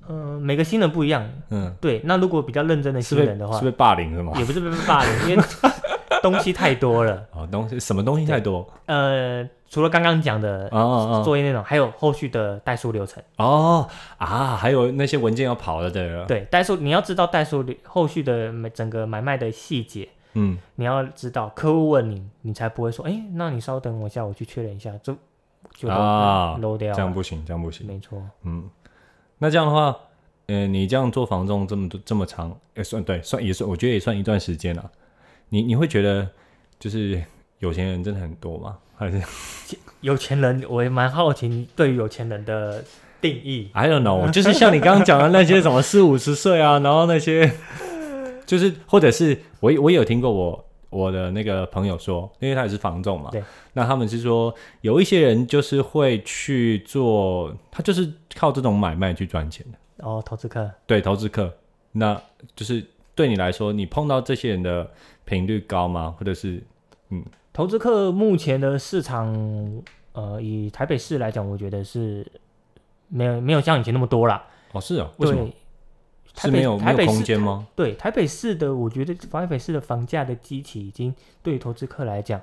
Speaker 2: 呃，每个新人不一样。
Speaker 1: 嗯，
Speaker 2: 对，那如果比较认真的
Speaker 1: 是
Speaker 2: 新
Speaker 1: 被
Speaker 2: 人的话
Speaker 1: 是，被霸凌是吗？
Speaker 2: 也不是被霸凌，因为 东西太多了。
Speaker 1: 哦，东西什么东西太多
Speaker 2: 呃，除了刚刚讲的
Speaker 1: 啊啊
Speaker 2: 作业内容，还有后续的代数流程。
Speaker 1: 啊哦啊，还有那些文件要跑的，对了，
Speaker 2: 对，代数你要知道代数流后续的每整个买卖的细节，
Speaker 1: 嗯，
Speaker 2: 你要知道客户问你，你才不会说，哎、那你稍等我一下，我去确认一下，这就
Speaker 1: 啊
Speaker 2: 漏掉
Speaker 1: 这
Speaker 2: 了。
Speaker 1: 样不行，这样不行。
Speaker 2: 没错，
Speaker 1: 嗯，那这样的话，呃，你这样做房仲这么多这么长，也算对，算也算，我觉得也算一段时间了。你你会觉得就是有钱人真的很多吗？还是
Speaker 2: 有钱人我也蛮好奇你对于有钱人的定义。
Speaker 1: I don't know，就是像你刚刚讲的那些什么四五十岁啊，然后那 些就是或者是我我有听过我我的那个朋友说，因为他也是房仲嘛，
Speaker 2: 对，
Speaker 1: 那他们是说有一些人就是会去做，他就是靠这种买卖去赚钱的。
Speaker 2: 哦，投资客，
Speaker 1: 对，投资客，那就是对你来说，你碰到这些人的频率高吗？或者是
Speaker 2: 投资客目前的市场，呃，以台北市来讲，我觉得是没有没有像以前那么多啦。
Speaker 1: 哦，是哦，为什么
Speaker 2: 对，
Speaker 1: 是
Speaker 2: 台北
Speaker 1: 没有没
Speaker 2: 台北
Speaker 1: 有
Speaker 2: 市
Speaker 1: 空间吗？
Speaker 2: 对，台北市的，我觉得台北市的房价的基期已经对于投资客来讲，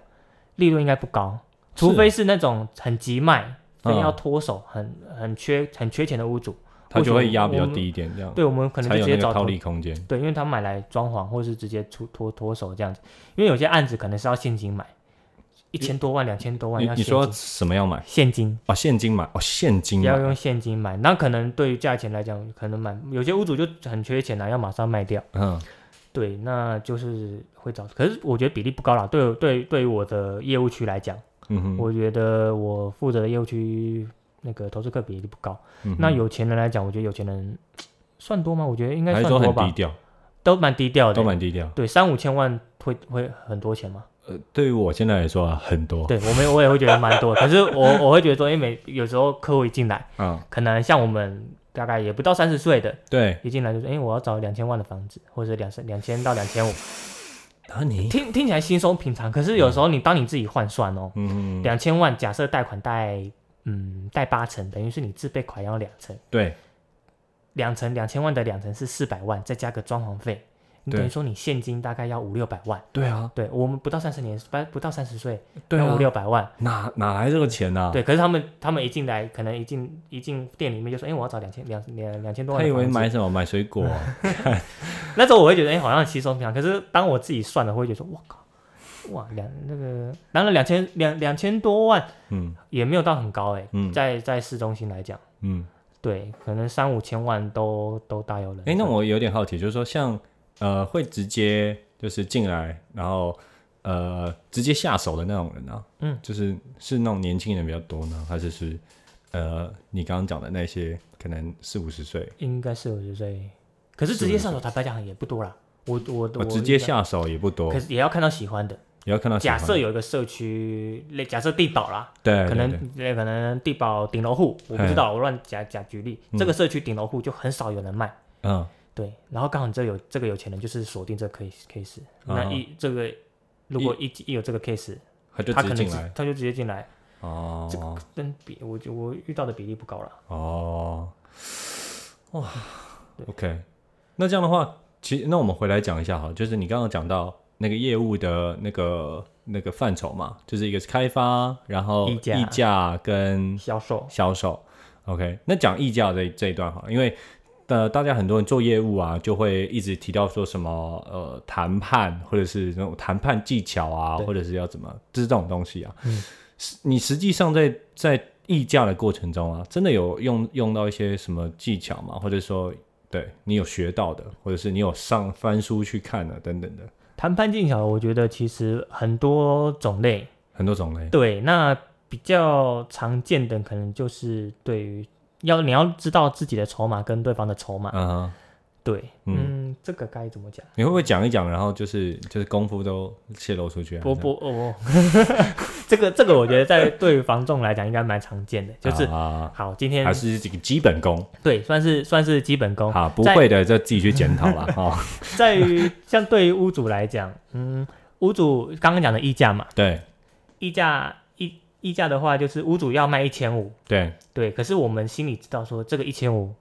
Speaker 2: 利润应该不高，除非是那种很急卖、
Speaker 1: 嗯
Speaker 2: 非要脱手、很很缺很缺钱的屋主，
Speaker 1: 它就会压比较低一点，这样
Speaker 2: 对我们可能
Speaker 1: 才
Speaker 2: 就
Speaker 1: 有
Speaker 2: 直
Speaker 1: 那个
Speaker 2: 接找
Speaker 1: 套
Speaker 2: 投
Speaker 1: 利空间。
Speaker 2: 对，因为他买来装潢，或是直接出脱脱手这样子。因为有些案子可能是要现金买，一千多万、两千多万
Speaker 1: 你
Speaker 2: 要
Speaker 1: 你
Speaker 2: 现
Speaker 1: 说
Speaker 2: 金
Speaker 1: 什么要买？
Speaker 2: 现金
Speaker 1: 哦，现金买哦，现金
Speaker 2: 要
Speaker 1: 买
Speaker 2: 用现金买，那可能对于价钱来讲，可能买有些屋主就很缺钱啊了、要马上卖掉。
Speaker 1: 嗯
Speaker 2: 对，那就是会找，可是我觉得比例不高啦。对对，对于我的业务区来讲，
Speaker 1: 嗯哼，
Speaker 2: 我觉得我负责的业务区那个投资客比例不高。
Speaker 1: 嗯哼
Speaker 2: 那有钱人来讲，我觉得有钱人算多吗？我觉得应该
Speaker 1: 还是
Speaker 2: 算
Speaker 1: 说
Speaker 2: 多
Speaker 1: 很
Speaker 2: 吧
Speaker 1: 低，调，
Speaker 2: 都蛮低调
Speaker 1: 都
Speaker 2: 的。
Speaker 1: 蛮低调。
Speaker 2: 对，三五千万会会很多钱吗？
Speaker 1: 呃，对于我现在来说啊，很多。
Speaker 2: 对我们我也会觉得蛮多的，可是我我会觉得说，因为每有时候客户一进来，
Speaker 1: 嗯，
Speaker 2: 可能像我们大概也不到三十岁的，
Speaker 1: 对，
Speaker 2: 一进来就说，哎、我要找两千万的房子，或者两千两千到两千五，
Speaker 1: 然后你，
Speaker 2: 听听起来稀松平常，可是有时候你当你自己换算哦，
Speaker 1: 嗯，
Speaker 2: 两千万假设贷款贷嗯贷八成，等于是你自备款要两成，
Speaker 1: 对，
Speaker 2: 两成两千万的两成是四百万，再加个装潢费，你
Speaker 1: 对
Speaker 2: 等于说你现金大概要五六百万。
Speaker 1: 对啊，
Speaker 2: 对我们不到三十年，不不到三十岁，
Speaker 1: 对
Speaker 2: 要
Speaker 1: 啊
Speaker 2: 五，六百万。
Speaker 1: 哪哪来这个钱啊呢？
Speaker 2: 对，可是他们他们一进来，可能一进一进店里面就说，哎、我要找两千两两两千多
Speaker 1: 他
Speaker 2: 万。
Speaker 1: 以为买。什么买水果，啊
Speaker 2: 那时候我会觉得，哎、好像稀松平常。可是当我自己算了，我会觉得说，我靠，哇，两那个，当然两千两两千多万
Speaker 1: 嗯
Speaker 2: 也没有到很高哎、
Speaker 1: 嗯
Speaker 2: 在在市中心来讲，
Speaker 1: 嗯。
Speaker 2: 对，可能三五千万都都大有人在。
Speaker 1: 哎，那我有点好奇，就是说像呃，会直接就是进来，然后呃，直接下手的那种人啊，
Speaker 2: 嗯，
Speaker 1: 就是是那种年轻人比较多呢，还是是呃，你刚刚讲的那些可能四五十岁，
Speaker 2: 应该是五十岁，可是直接上手，坦白讲也不多啦。我我
Speaker 1: 我
Speaker 2: 我
Speaker 1: 哦直接，下手也不多
Speaker 2: 可，是也要看到喜欢的。
Speaker 1: 也要看到喜
Speaker 2: 假
Speaker 1: 欢
Speaker 2: 设有一个社区，类假设地堡啦，
Speaker 1: 对，
Speaker 2: 可
Speaker 1: 对
Speaker 2: 能
Speaker 1: 对
Speaker 2: 呃可能地堡顶楼户，我不知道，我乱假假举例，
Speaker 1: 嗯
Speaker 2: 这个社区顶楼户就很少有人卖，
Speaker 1: 嗯
Speaker 2: 对，然后刚好你这有这个有钱人就是锁定这个 case case，
Speaker 1: 哦
Speaker 2: 那一这个如果一一有这个 case，
Speaker 1: 他就
Speaker 2: 他
Speaker 1: 直
Speaker 2: 可
Speaker 1: 接
Speaker 2: 能
Speaker 1: 进
Speaker 2: 直
Speaker 1: 来
Speaker 2: 他就直接进来，这
Speaker 1: 哦
Speaker 2: 但比我就我遇到的比例不高了，
Speaker 1: 哦，哇，OK，那这样的话，其实那我们回来讲一下哈，就是你刚刚讲到那个业务的那个那个范畴嘛，就是一个是开发，然后
Speaker 2: 议价
Speaker 1: 议价跟
Speaker 2: 销售
Speaker 1: 销售。OK，那讲议价这这一段哈，因为呃，大家很多人做业务啊，就会一直提到说什么呃谈判，或者是那种谈判技巧啊，
Speaker 2: 对
Speaker 1: 或者是要怎么，就是这种东西啊。
Speaker 2: 嗯
Speaker 1: 实你实际上在在议价的过程中啊，真的有用用到一些什么技巧吗？或者说，对你有学到的，或者是你有上翻书去看的、等等的，
Speaker 2: 谈判技巧，我觉得其实很多种类，
Speaker 1: 很多种类。
Speaker 2: 对，那比较常见的可能就是对于要你要知道自己的筹码跟对方的筹码，
Speaker 1: 嗯哼，
Speaker 2: 对，
Speaker 1: 嗯
Speaker 2: 嗯，这个该怎么讲？
Speaker 1: 你会不会讲一讲，然后就是就是功夫都泄露出去、啊？
Speaker 2: 不 不哦，不这个这个我觉得在对于房仲来讲应该蛮常 见的，
Speaker 1: 这
Speaker 2: 就
Speaker 1: 样
Speaker 2: 是、
Speaker 1: 啊，
Speaker 2: 好今天哦
Speaker 1: 还是这个基本功。
Speaker 2: 对算是算是基本功，
Speaker 1: 好，不
Speaker 2: 在
Speaker 1: 会的就自己去检讨 哦了哈。
Speaker 2: 在于像对于屋主来讲，嗯，屋主刚刚讲的溢价嘛，
Speaker 1: 对
Speaker 2: 溢价溢溢价的话就是屋主要卖一千五，
Speaker 1: 对，
Speaker 2: 对，可是我们心里知道说这个一千五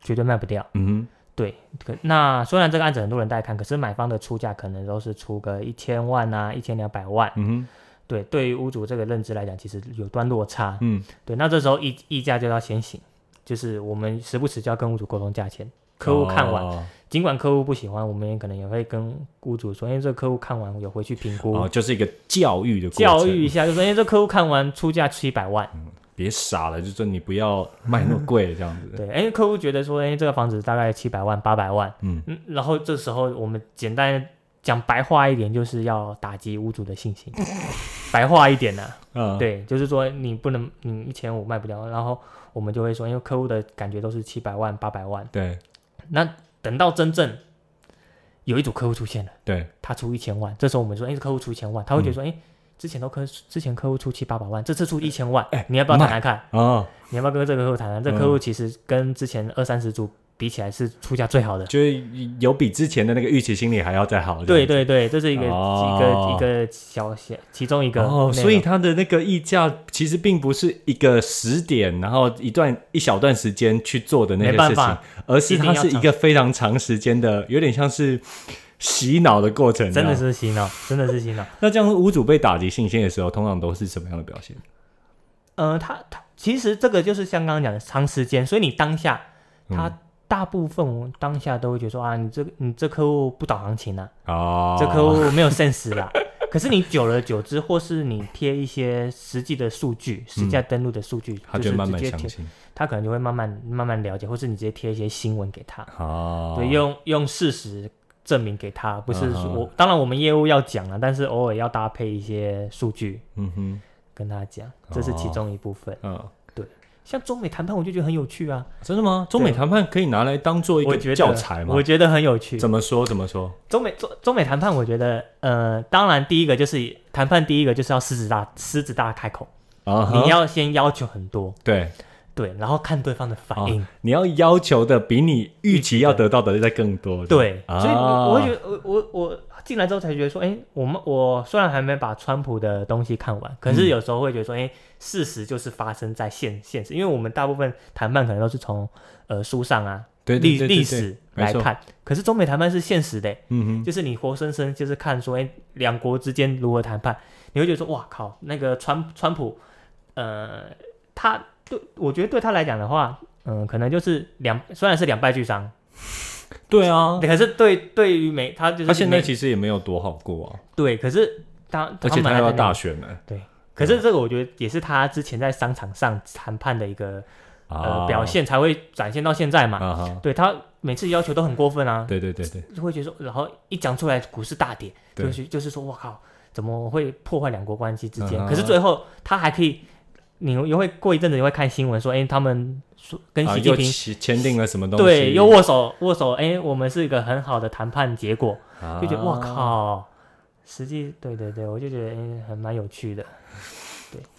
Speaker 2: 绝对卖不掉，
Speaker 1: 嗯
Speaker 2: 对，可那虽然这个案子很多人在看，可是买方的出价可能都是出个一千万啊，一千两百万
Speaker 1: 哼，嗯
Speaker 2: 对，对于屋主这个认知来讲，其实有段落差
Speaker 1: 哼，嗯，
Speaker 2: 对，那这时候议议价就要先行，就是我们时不时就要跟屋主沟通价钱。客户看完，
Speaker 1: 哦，
Speaker 2: 尽管客户不喜欢，我们也可能也会跟屋主说，因为哎这个客户看完有回去评估，
Speaker 1: 哦，就是一个教育的过
Speaker 2: 教
Speaker 1: 程
Speaker 2: 育，一下，就说，因哎为这客户看完出价七百万，
Speaker 1: 别傻了，就说你不要卖那么贵这样子。
Speaker 2: 对，因为客户觉得说，哎，这个房子大概七百万、八百万，
Speaker 1: 嗯，
Speaker 2: 嗯，然后这时候我们简单讲白话一点，就是要打击屋主的 信心，白话一点呢、啊
Speaker 1: 嗯，
Speaker 2: 对，就是说你不能，你一千五卖不掉，然后我们就会说，因为客户的感觉都是七百万、八百万，
Speaker 1: 对
Speaker 2: 那等到真正有一组客户出现了，
Speaker 1: 对，
Speaker 2: 他出一千万，这时候我们说，哎、这客户出一千万，他
Speaker 1: 嗯
Speaker 2: 会觉得说，哎、之前都客之前客户出七八百万，这次出一千万，
Speaker 1: 哎
Speaker 2: 你要不要
Speaker 1: 卖
Speaker 2: 谈谈看？
Speaker 1: 哦，
Speaker 2: 你要不要跟这个客户谈
Speaker 1: 嗯
Speaker 2: 谈？这个客户其实跟之前二三十组比起来是出价最好的。
Speaker 1: 就是有比之前的那个预期心理还要再好。
Speaker 2: 对对对，这是一个、
Speaker 1: 哦
Speaker 2: 一个一个小小其中一
Speaker 1: 这
Speaker 2: 个
Speaker 1: 样
Speaker 2: 内
Speaker 1: 子。哦，
Speaker 2: 容。
Speaker 1: 所以它的那个溢价其实并不是一个时点，然后一段一小段时间去做的那
Speaker 2: 没
Speaker 1: 些
Speaker 2: 办
Speaker 1: 事情
Speaker 2: 法，
Speaker 1: 而是
Speaker 2: 一定
Speaker 1: 它
Speaker 2: 要
Speaker 1: 是一
Speaker 2: 长
Speaker 1: 个非常长时间的，有点像是洗脑的过程，
Speaker 2: 真的
Speaker 1: 这样。
Speaker 2: 是洗脑，真的是洗脑。
Speaker 1: 那这样屋主被打击信心的时候，通常都是什么样的表现？
Speaker 2: 呃，他他其实这个就是像刚刚讲的长时间，所以你当下他
Speaker 1: 嗯
Speaker 2: 大部分我当下都会觉得说啊，你这你这客户不懂行情啊，
Speaker 1: 哦，
Speaker 2: 这客户没有 sense 啦。 可是你久而久之，或是你贴一些实际的数据，实价登录的数据，
Speaker 1: 他
Speaker 2: 就
Speaker 1: 就是慢
Speaker 2: 直
Speaker 1: 慢
Speaker 2: 接
Speaker 1: 相
Speaker 2: 贴，
Speaker 1: 信。
Speaker 2: 他可能就会慢慢慢慢了解，或是你直接贴一些新闻给他，
Speaker 1: 哦，
Speaker 2: 对，用用事实证明给他，不是说
Speaker 1: 嗯哼
Speaker 2: 我、当然我们业务要讲啊，但是偶尔要搭配一些数据
Speaker 1: 嗯哼，
Speaker 2: 跟他讲，这是其
Speaker 1: 哦
Speaker 2: 中一部分。
Speaker 1: 嗯，
Speaker 2: 像中美谈判，我就觉得很有趣啊，
Speaker 1: 真的吗？中美
Speaker 2: 对
Speaker 1: 谈判可以拿来当做一
Speaker 2: 我
Speaker 1: 个
Speaker 2: 觉得
Speaker 1: 教材吗
Speaker 2: 我？觉得很有趣。
Speaker 1: 怎么说？怎么说？
Speaker 2: 中美中中美谈判，我觉得呃，当然第一个就是谈判，第一个就是要狮子大狮子大开口，
Speaker 1: 啊哈，
Speaker 2: 你要先要求很多，
Speaker 1: 对，
Speaker 2: 对，然后看对方的反应，
Speaker 1: 你要要求的比你预期要得到的再更多。
Speaker 2: 对，
Speaker 1: 啊
Speaker 2: 所以我我会觉得我我我进来之后才觉得说，哎、我们我虽然还没把川普的东西看完，
Speaker 1: 嗯
Speaker 2: 可是有时候会觉得说，哎、事实就是发生在现现实，因为我们大部分谈判可能都是从呃书上啊
Speaker 1: 对对
Speaker 2: 历
Speaker 1: 对对
Speaker 2: 历
Speaker 1: 对
Speaker 2: 史
Speaker 1: 没
Speaker 2: 来
Speaker 1: 错
Speaker 2: 看，可是中美谈判是现实的、
Speaker 1: 嗯哼，
Speaker 2: 就是你活生生就是看说，哎、两国之间如何谈判，你会觉得说，哇靠，那个川川普，呃，他对，我觉得对他来讲的话，嗯、可能就是两，虽然是两败俱伤，
Speaker 1: 对啊，
Speaker 2: 可是对对于美，哦他就是
Speaker 1: 他现在
Speaker 2: 美
Speaker 1: 其实也没有多好过啊，
Speaker 2: 对，可是他
Speaker 1: 而且
Speaker 2: 他
Speaker 1: 他
Speaker 2: 们还
Speaker 1: 要
Speaker 2: 在那
Speaker 1: 大选啊了
Speaker 2: 可是这个我觉得也是他之前在商场上谈判的一个、
Speaker 1: 啊，
Speaker 2: 呃表现才会展现到现在嘛，
Speaker 1: 啊哈，
Speaker 2: 对他每次要求都很过分啊，
Speaker 1: 对对对对，
Speaker 2: 就会觉得说，然后一讲出来股市大跌，
Speaker 1: 对
Speaker 2: 就是就是说，我靠，怎么会破坏两国关系之间？
Speaker 1: 嗯哼
Speaker 2: 可是最后他还可以，你又会过一阵子你会看新闻说，哎、他们说跟
Speaker 1: 啊
Speaker 2: 习近
Speaker 1: 又
Speaker 2: 平、
Speaker 1: 签签订了什么东西？
Speaker 2: 对又握手握手，哎、我们是一个很好的谈判结果，
Speaker 1: 啊
Speaker 2: 就觉得哇，靠，实际对对对，我就觉得哎、还蛮有趣的。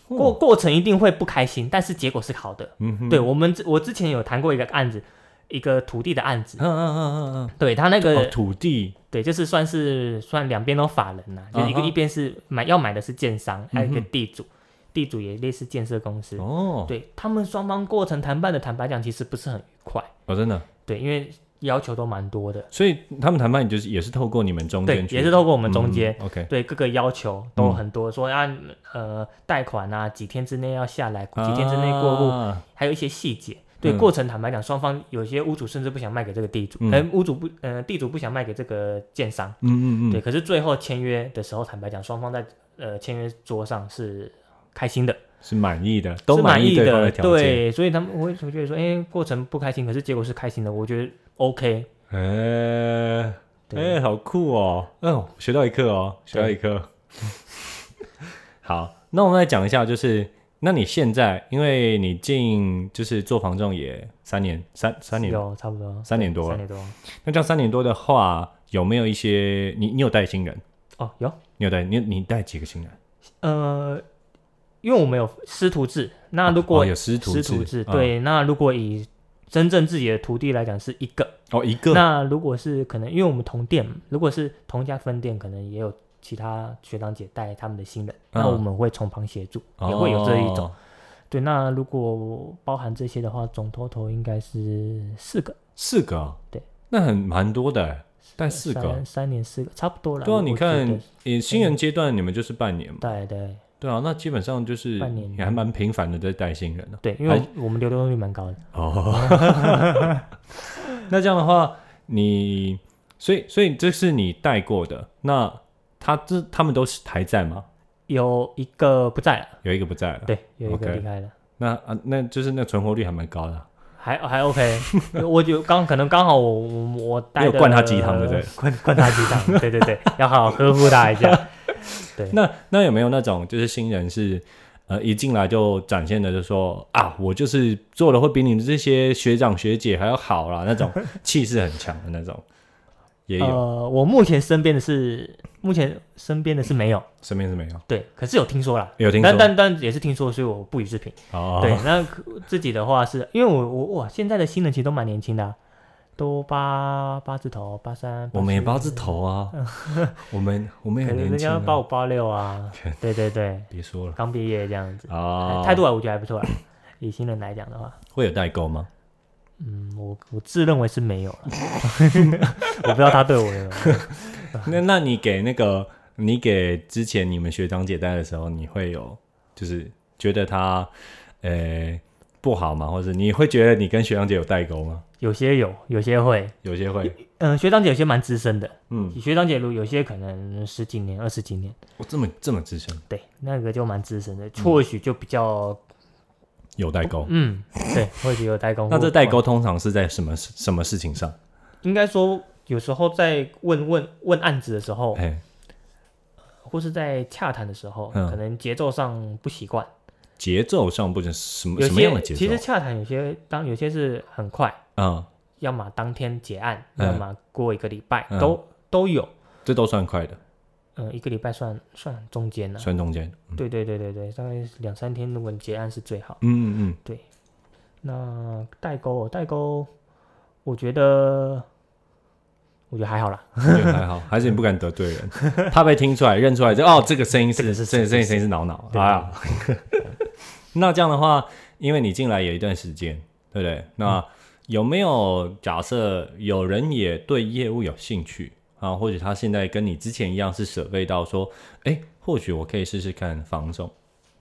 Speaker 2: 过
Speaker 1: 哦
Speaker 2: 过程一定会不开心，但是结果是好的。
Speaker 1: 嗯哼，
Speaker 2: 对我们之，我之前有谈过一个案子，一个土地的案子
Speaker 1: 嗯，嗯嗯嗯
Speaker 2: 对他那
Speaker 1: 嗯，哦
Speaker 2: 个
Speaker 1: 土地
Speaker 2: 对，就是算是算两边都法人呐、就是一个
Speaker 1: 啊哈
Speaker 2: 一边是买要买的是建商，还有一个
Speaker 1: 嗯哼
Speaker 2: 地主，地主也类似建设公司。
Speaker 1: 哦，
Speaker 2: 对他们双方过程谈判的，坦白讲其实不是很愉快，
Speaker 1: 哦真的，
Speaker 2: 对，因为要求都蛮多的，
Speaker 1: 所以他们谈判就是也是透过你们中
Speaker 2: 对
Speaker 1: 间，去，
Speaker 2: 也是透过我们中间。
Speaker 1: 嗯 OK，
Speaker 2: 对各个要求都
Speaker 1: 嗯
Speaker 2: 很多，说啊，呃，贷款啊，几天之内要下来，几天之内过户，
Speaker 1: 啊
Speaker 2: 还有一些细节。对、
Speaker 1: 嗯
Speaker 2: 过程，坦白讲，双方有些屋主甚至不想卖给这个地主，
Speaker 1: 嗯
Speaker 2: 可能屋主不，呃，地主不想卖给这个建商，
Speaker 1: 嗯嗯嗯，
Speaker 2: 对。可是最后签约的时候，坦白讲，双方在呃签约桌上是开心的，
Speaker 1: 是满意的，都
Speaker 2: 是满
Speaker 1: 意
Speaker 2: 意
Speaker 1: 对方
Speaker 2: 的，
Speaker 1: 条件。
Speaker 2: 对。所以他们我会我觉得说，哎、过程不开心，可是结果是开心的，我觉得 OK。
Speaker 1: 哎
Speaker 2: 对，
Speaker 1: 哎，好酷哦！嗯，学到一课哦，学到一课。 好，那我们来讲一下，就是那你现在，因为你进就是做房仲也三年，三三年，
Speaker 2: 有差不多
Speaker 1: 三年多
Speaker 2: 三
Speaker 1: 了。
Speaker 2: 年多
Speaker 1: 那这样三年多的话，有没有一些你你有带新人？
Speaker 2: 哦，有
Speaker 1: 你有带你你带几个新人？
Speaker 2: 呃，因为我们有师徒制，那如果
Speaker 1: 哦有师徒
Speaker 2: 师徒制，对，那如果以真正自己的徒弟来讲是一个，
Speaker 1: 嗯哦一个
Speaker 2: 那如果是可能，因为我们同店，如果是同一家分店，可能也有其他学长姐带他们的新人，那
Speaker 1: 嗯
Speaker 2: 我们会从旁协助，也会有这一种。
Speaker 1: 哦
Speaker 2: 对，那如果包含这些的话，总 total 应该是四个，
Speaker 1: 四个哦，
Speaker 2: 对，
Speaker 1: 那很蛮多的，带哎四个
Speaker 2: 三，三年四个，差不多了。
Speaker 1: 对啊，
Speaker 2: 我
Speaker 1: 你
Speaker 2: 我觉得
Speaker 1: 看，也新人阶段你们就是半年嘛，
Speaker 2: 对对
Speaker 1: 对啊，那基本上就是
Speaker 2: 半年
Speaker 1: 也还蛮频繁的在带新人的、
Speaker 2: 对，因为我们流动率蛮高的。
Speaker 1: 哦， 那这样的话，你所以所以这是你带过的，那他这他们都是还在吗？
Speaker 2: 有一个不在了，
Speaker 1: 有一个不在了，
Speaker 2: 对，有一个
Speaker 1: OK
Speaker 2: 离开了。那
Speaker 1: 那啊那就是那存活率还蛮高的啊、
Speaker 2: 还还 OK，我就刚可能刚好我我我带
Speaker 1: 你有
Speaker 2: 的
Speaker 1: 灌他鸡汤对不对
Speaker 2: 灌 灌他鸡汤，对对对，要好好呵护他一下。
Speaker 1: 那那有没有那种就是新人是呃一进来就展现的就说啊我就是做的会比你们这些学长学姐还要好啦 那种气势很强的那种， 也有、
Speaker 2: 呃，我目前身边的是目前身边的是没有，
Speaker 1: 身边是没有
Speaker 2: 对，可是有听说啦，
Speaker 1: 有听
Speaker 2: 但
Speaker 1: 说
Speaker 2: 但但也是听说，所以我不予置评。
Speaker 1: 哦
Speaker 2: 对，那可自己的话是因为我我哇，现在的新人其实都蛮年轻的啊、都八八字头，八三，
Speaker 1: 我们也
Speaker 2: 84
Speaker 1: 八字，头 啊，我们我们也
Speaker 2: 可
Speaker 1: 很
Speaker 2: 能
Speaker 1: 年
Speaker 2: 人
Speaker 1: 轻、
Speaker 2: 家八
Speaker 1: 啊
Speaker 2: 五。八六啊，对对对，
Speaker 1: 别说了
Speaker 2: 刚毕业这样子。
Speaker 1: 啊，
Speaker 2: 态度啊，我觉得还不错啦。以新人来讲的话，
Speaker 1: 会有代沟 吗？
Speaker 2: 嗯，我我自认为是没有了，我不知道他对我有没有。
Speaker 1: 那那你给那个你给之前你们学长姐带的时候，你会有就是觉得他呃不好吗？或者你会觉得你跟学长姐有代沟吗？
Speaker 2: 有些有，有些会。
Speaker 1: 有些 会，
Speaker 2: 嗯、学长姐有些蛮资深的，
Speaker 1: 嗯，
Speaker 2: 学长姐如有些可能十几年、二十几年，
Speaker 1: 我这么这么资深，
Speaker 2: 对，那个就蛮资深的，或许就比较，
Speaker 1: 有代沟。。
Speaker 2: 嗯，对，或许有代沟
Speaker 1: 那这代沟通常是在什么事什么事情上？
Speaker 2: 应该说，有时候在问问问案子的时候，
Speaker 1: 哎，
Speaker 2: 或是在洽谈的时候，
Speaker 1: 嗯
Speaker 2: 可能节奏上不习惯。
Speaker 1: 节奏上不是什么嗯
Speaker 2: 有
Speaker 1: 什么样的
Speaker 2: 些
Speaker 1: 节
Speaker 2: 其
Speaker 1: 奏
Speaker 2: 实？洽谈有些当有些是很快，
Speaker 1: 嗯，
Speaker 2: 要么当天结案，
Speaker 1: 嗯
Speaker 2: 要么过一个礼拜，
Speaker 1: 嗯
Speaker 2: 都都有。
Speaker 1: 这都算快的，
Speaker 2: 嗯、一个礼拜算算中间了、
Speaker 1: 算中间。嗯
Speaker 2: 对对对对对，大概两三天，如果你结案是最好。
Speaker 1: 嗯嗯
Speaker 2: 那代沟，哦代沟，我觉得，我觉得还好啦。
Speaker 1: 嗯，也 还好，还是你不敢得罪人，怕被听出来、认出来，就哦，这个声音
Speaker 2: 这
Speaker 1: 是
Speaker 2: 个是
Speaker 1: 这个
Speaker 2: 是
Speaker 1: 声音声音是挠挠
Speaker 2: 对
Speaker 1: 啊。 那这样的话，因为你进来也一段时间，对不对？那有没有假设有人也对业务有兴趣啊？或者他现在跟你之前一样是舍备到说，哎，或许我可以试试看防重。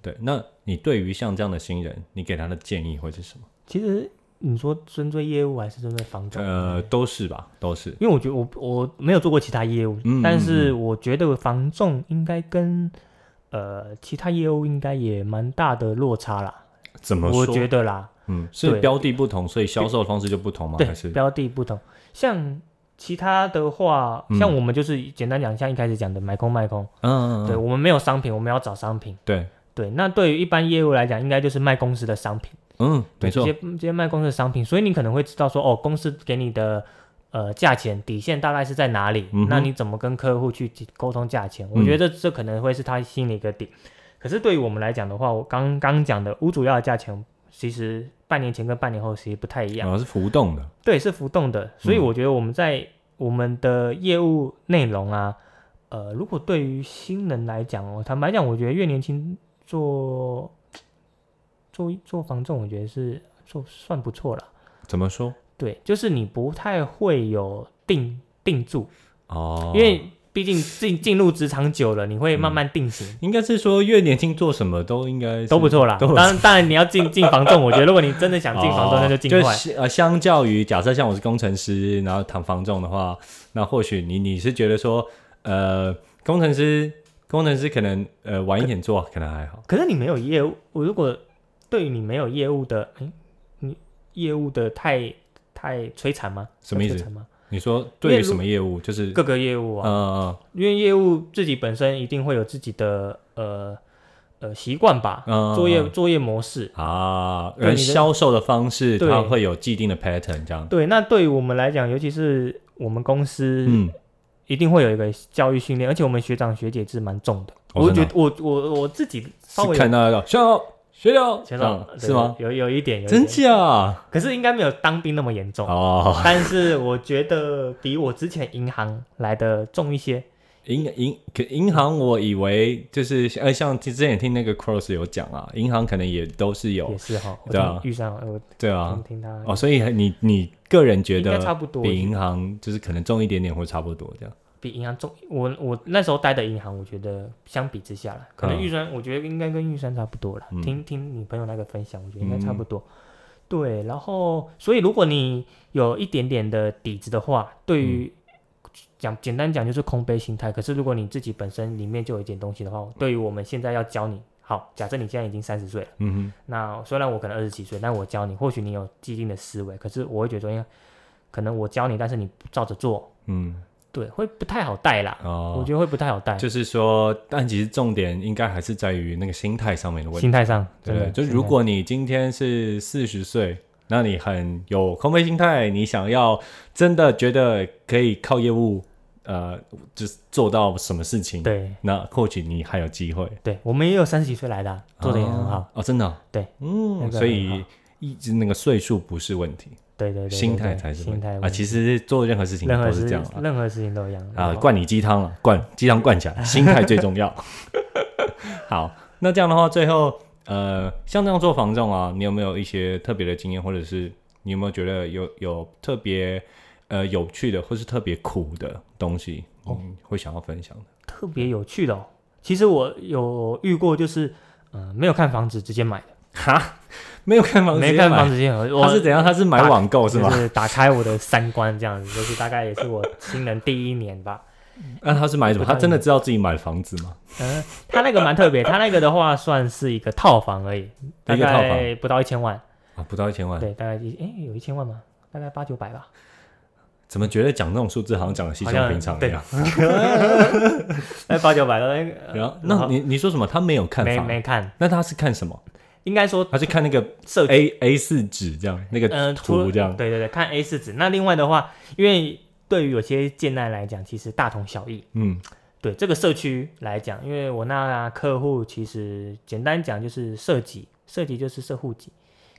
Speaker 1: 对，那你对于像这样的新人，你给他的建议会是什么？
Speaker 2: 其实你说针对业务还是针对房总？
Speaker 1: 呃，都是吧，都是。
Speaker 2: 因为我觉得我我没有做过其他业务，
Speaker 1: 嗯
Speaker 2: 但是
Speaker 1: 嗯
Speaker 2: 我觉得房仲应该跟呃其他业务应该也蛮大的落差啦，
Speaker 1: 怎么
Speaker 2: 我
Speaker 1: 说？
Speaker 2: 觉得啦，
Speaker 1: 嗯，是
Speaker 2: 对
Speaker 1: 标的不同，所以销售的方式就不同吗？还
Speaker 2: 对，
Speaker 1: 是
Speaker 2: 标的不同，像其他的话，
Speaker 1: 嗯
Speaker 2: 像我们就是简单讲，像一开始讲的买空卖空，
Speaker 1: 嗯，嗯
Speaker 2: 对
Speaker 1: 嗯
Speaker 2: 我们没有商品，我们要找商品，
Speaker 1: 对，
Speaker 2: 对，那对于一般业务来讲，应该就是卖公司的商品，
Speaker 1: 嗯，
Speaker 2: 对，
Speaker 1: 没
Speaker 2: 直
Speaker 1: 错
Speaker 2: 接，直接卖公司的商品，所以你可能会知道说，哦，公司给你的呃价钱底线大概是在哪里，
Speaker 1: 嗯哼
Speaker 2: 那你怎么跟客户去沟通价钱？我
Speaker 1: 嗯
Speaker 2: 觉得这可能会是他心里一个底。可是对于我们来讲的话，我刚刚讲的屋主要的价钱，其实半年前跟半年后其实不太一样，
Speaker 1: 然后是浮动的，
Speaker 2: 对，是浮动的，所以
Speaker 1: 嗯
Speaker 2: 我觉得我们在我们的业务内容啊，呃，如果对于新人来讲哦，坦白讲，我觉得越年轻做做做房仲，我觉得是做算不错了。
Speaker 1: 怎么说？
Speaker 2: 对，就是你不太会有定定住，
Speaker 1: 哦，
Speaker 2: 因为毕竟进进入职场久了，你会慢慢定型。
Speaker 1: 应该是说越年轻做什么都应该是哦
Speaker 2: 都不错啦，
Speaker 1: 都不
Speaker 2: 当然当然你要进进房仲，我觉得如果你真的想进房
Speaker 1: 哦
Speaker 2: 仲，那就尽
Speaker 1: 就
Speaker 2: 快。
Speaker 1: 是呃，相较于假设像我是工程师，然后躺房仲的话，那或许你你是觉得说，呃，工程师工程师可能呃晚一点做可能还好，
Speaker 2: 可是你没有业务，我如果对于你没有业务的，哎、你业务的太太摧残吗？
Speaker 1: 什么意思
Speaker 2: 要摧残吗？
Speaker 1: 你说
Speaker 2: 因
Speaker 1: 对
Speaker 2: 为
Speaker 1: 于
Speaker 2: 如
Speaker 1: 什么业务就是
Speaker 2: 各个业务啊，
Speaker 1: 呃
Speaker 2: 因为业务自己本身一定会有自己的呃呃习惯吧，
Speaker 1: 呃
Speaker 2: 作业作业模式。
Speaker 1: 啊，
Speaker 2: 对
Speaker 1: 人
Speaker 2: 你的
Speaker 1: 销售的方式
Speaker 2: 对
Speaker 1: 它会有既定的 pattern 这样，
Speaker 2: 对，那对于我们来讲，尤其是我们公司，
Speaker 1: 嗯，
Speaker 2: 一定会有一个教育训练，而且我们学长学姐制蛮重的。
Speaker 1: 哦
Speaker 2: 我
Speaker 1: 真的
Speaker 2: 觉
Speaker 1: 啊
Speaker 2: 得我我我自己稍微
Speaker 1: 是看到了学长学长
Speaker 2: 学
Speaker 1: 这
Speaker 2: 长
Speaker 1: 样是吗？？
Speaker 2: 对有有一点，有一
Speaker 1: 真
Speaker 2: 点，
Speaker 1: 假？
Speaker 2: 可是应该没有当兵那么严重。
Speaker 1: 哦，
Speaker 2: 但是我觉得比我之前银行来的重一些。
Speaker 1: 银银可银行，我以为就是呃，像之前也听那个 Cross 有讲啊，银行可能也都是有
Speaker 2: 也是哈。我
Speaker 1: 对啊
Speaker 2: 听遇上我
Speaker 1: 对啊
Speaker 2: 听，听他
Speaker 1: 哦，所以你你个人觉
Speaker 2: 应该差
Speaker 1: 得
Speaker 2: 不多，
Speaker 1: 比银行就是可能重一点点或差不多这样，
Speaker 2: 比银行重。我我那时候待的银行，我觉得相比之下啦，可能
Speaker 1: 嗯
Speaker 2: 玉山，我觉得应该跟玉山差不多了。
Speaker 1: 嗯
Speaker 2: 听听你朋友那个分享，我觉得应该差不多。对，然后所以如果你有一点点的底子的话，对
Speaker 1: 嗯
Speaker 2: 于讲简单讲就是空杯心态。可是如果你自己本身里面就有一点东西的话，对于我们现在要教你，好，假设你现在已经三十岁了。
Speaker 1: 嗯
Speaker 2: 那虽然我可能二十几岁，但我教你，或许你有既定的思维，可是我会觉得说，因为可能我教你，但是你不照着做，
Speaker 1: 哼嗯
Speaker 2: 对，会不太好带啦。我
Speaker 1: 哦，
Speaker 2: 觉得会不太好带，
Speaker 1: 就是说，但其实重点应该还是在于那个心态上面的问题，
Speaker 2: 心态上，
Speaker 1: 对
Speaker 2: 真
Speaker 1: 不
Speaker 2: 的
Speaker 1: 对？就
Speaker 2: 心态
Speaker 1: 如果你今天是四十岁。那你很有空杯心态，你想要真的觉得可以靠业务，呃，就是做到什么事情，
Speaker 2: 对
Speaker 1: 那或许你还有机会，
Speaker 2: 对，我们也有三十几岁来的啊、做的也很好，
Speaker 1: 哦，哦真的哦、
Speaker 2: 对，那
Speaker 1: 嗯，
Speaker 2: 个
Speaker 1: 所
Speaker 2: 很
Speaker 1: 以
Speaker 2: 好
Speaker 1: 一直那个岁数不是问题，
Speaker 2: 对对对对对
Speaker 1: 心态才是问
Speaker 2: 心
Speaker 1: 题
Speaker 2: 态
Speaker 1: 啊。其实做任何事情
Speaker 2: 任何
Speaker 1: 都
Speaker 2: 事
Speaker 1: 是这样啊
Speaker 2: 任何事情都一样
Speaker 1: 啊，
Speaker 2: 然后
Speaker 1: 灌你鸡汤啊，灌鸡汤灌起 来，心态最重要。 好，那这样的话，最后呃，像这样做防重啊，你有没有一些特别的经验，或者是你有没有觉得有有特别？呃有趣的或是特别苦的东西，
Speaker 2: 哦
Speaker 1: 嗯，会想要分享的？
Speaker 2: 特别有趣的、哦。其实我有遇过，就是呃没有看房子直接买的，
Speaker 1: 哈，没有看房哦直接
Speaker 2: 没看房
Speaker 1: 买，
Speaker 2: 子直接买，我
Speaker 1: 他是怎样？他是买
Speaker 2: 打
Speaker 1: 网购是吗
Speaker 2: 就？是打开我的三观这样子，就是大概也是我新人第一年吧。
Speaker 1: 那啊他是买什么？
Speaker 2: 不太
Speaker 1: 他真的知道自己买房子吗？
Speaker 2: 嗯，他那个蛮特别，他那个的话算是一个套房而已，大
Speaker 1: 一个套房
Speaker 2: 概不到一千万，
Speaker 1: 啊，不到一千万，
Speaker 2: 对，大概一哎有一千万吗？大概八九百吧。
Speaker 1: 怎么觉得讲那种数字好像讲的稀松
Speaker 2: 好像
Speaker 1: 平常一
Speaker 2: 对
Speaker 1: 样？
Speaker 2: 哎，八九百了，那个
Speaker 1: 然后，那你你说什么？他没有看
Speaker 2: 没
Speaker 1: 房，
Speaker 2: 没看，
Speaker 1: 那他是看什么？
Speaker 2: 应该说
Speaker 1: 他是看那个
Speaker 2: 社
Speaker 1: A A 四纸这样那个
Speaker 2: 嗯，除
Speaker 1: 图
Speaker 2: 了
Speaker 1: 这样，
Speaker 2: 对对对，看 A 四纸。那另外的话，因为对于有些建案来讲，其实大同小异。
Speaker 1: 嗯
Speaker 2: 对这个社区来讲，因为我那客户其实简单讲就是社级，社级就是社户级。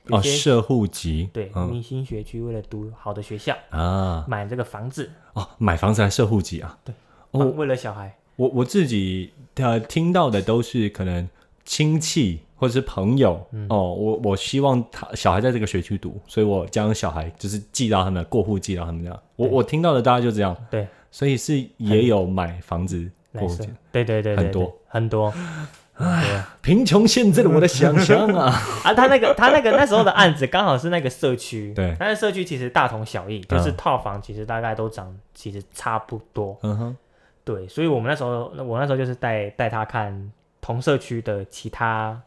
Speaker 2: 有
Speaker 1: 哦，
Speaker 2: 些
Speaker 1: 社户籍
Speaker 2: 对，
Speaker 1: 嗯
Speaker 2: 明星学区为了读好的学校，
Speaker 1: 啊
Speaker 2: 买这个房子，
Speaker 1: 哦，买房子还社户籍啊？
Speaker 2: 对，
Speaker 1: 哦，
Speaker 2: 为了小孩，
Speaker 1: 我我自己呃听到的都是可能亲戚或是朋友、
Speaker 2: 嗯
Speaker 1: 哦，我我希望他小孩在这个学区读，所以我将小孩就是寄到他们过户寄到他们家。我我听到的大家就这样，
Speaker 2: 对，
Speaker 1: 所以是也有买房子过
Speaker 2: 来
Speaker 1: 户
Speaker 2: 生
Speaker 1: 寄。，
Speaker 2: 对对对对，
Speaker 1: 很
Speaker 2: 对
Speaker 1: 多
Speaker 2: 很多。对啊
Speaker 1: 贫穷限制了我的想象 啊！
Speaker 2: 啊，他那个他那个那时候的案子刚好是那个社区，
Speaker 1: 对
Speaker 2: 但是社区其实大同小异，就是
Speaker 1: 嗯
Speaker 2: 套房其实大概都长其实差不多，
Speaker 1: 嗯哼，
Speaker 2: 对，所以我们那时候，那我那时候就是带带他看同社区的其他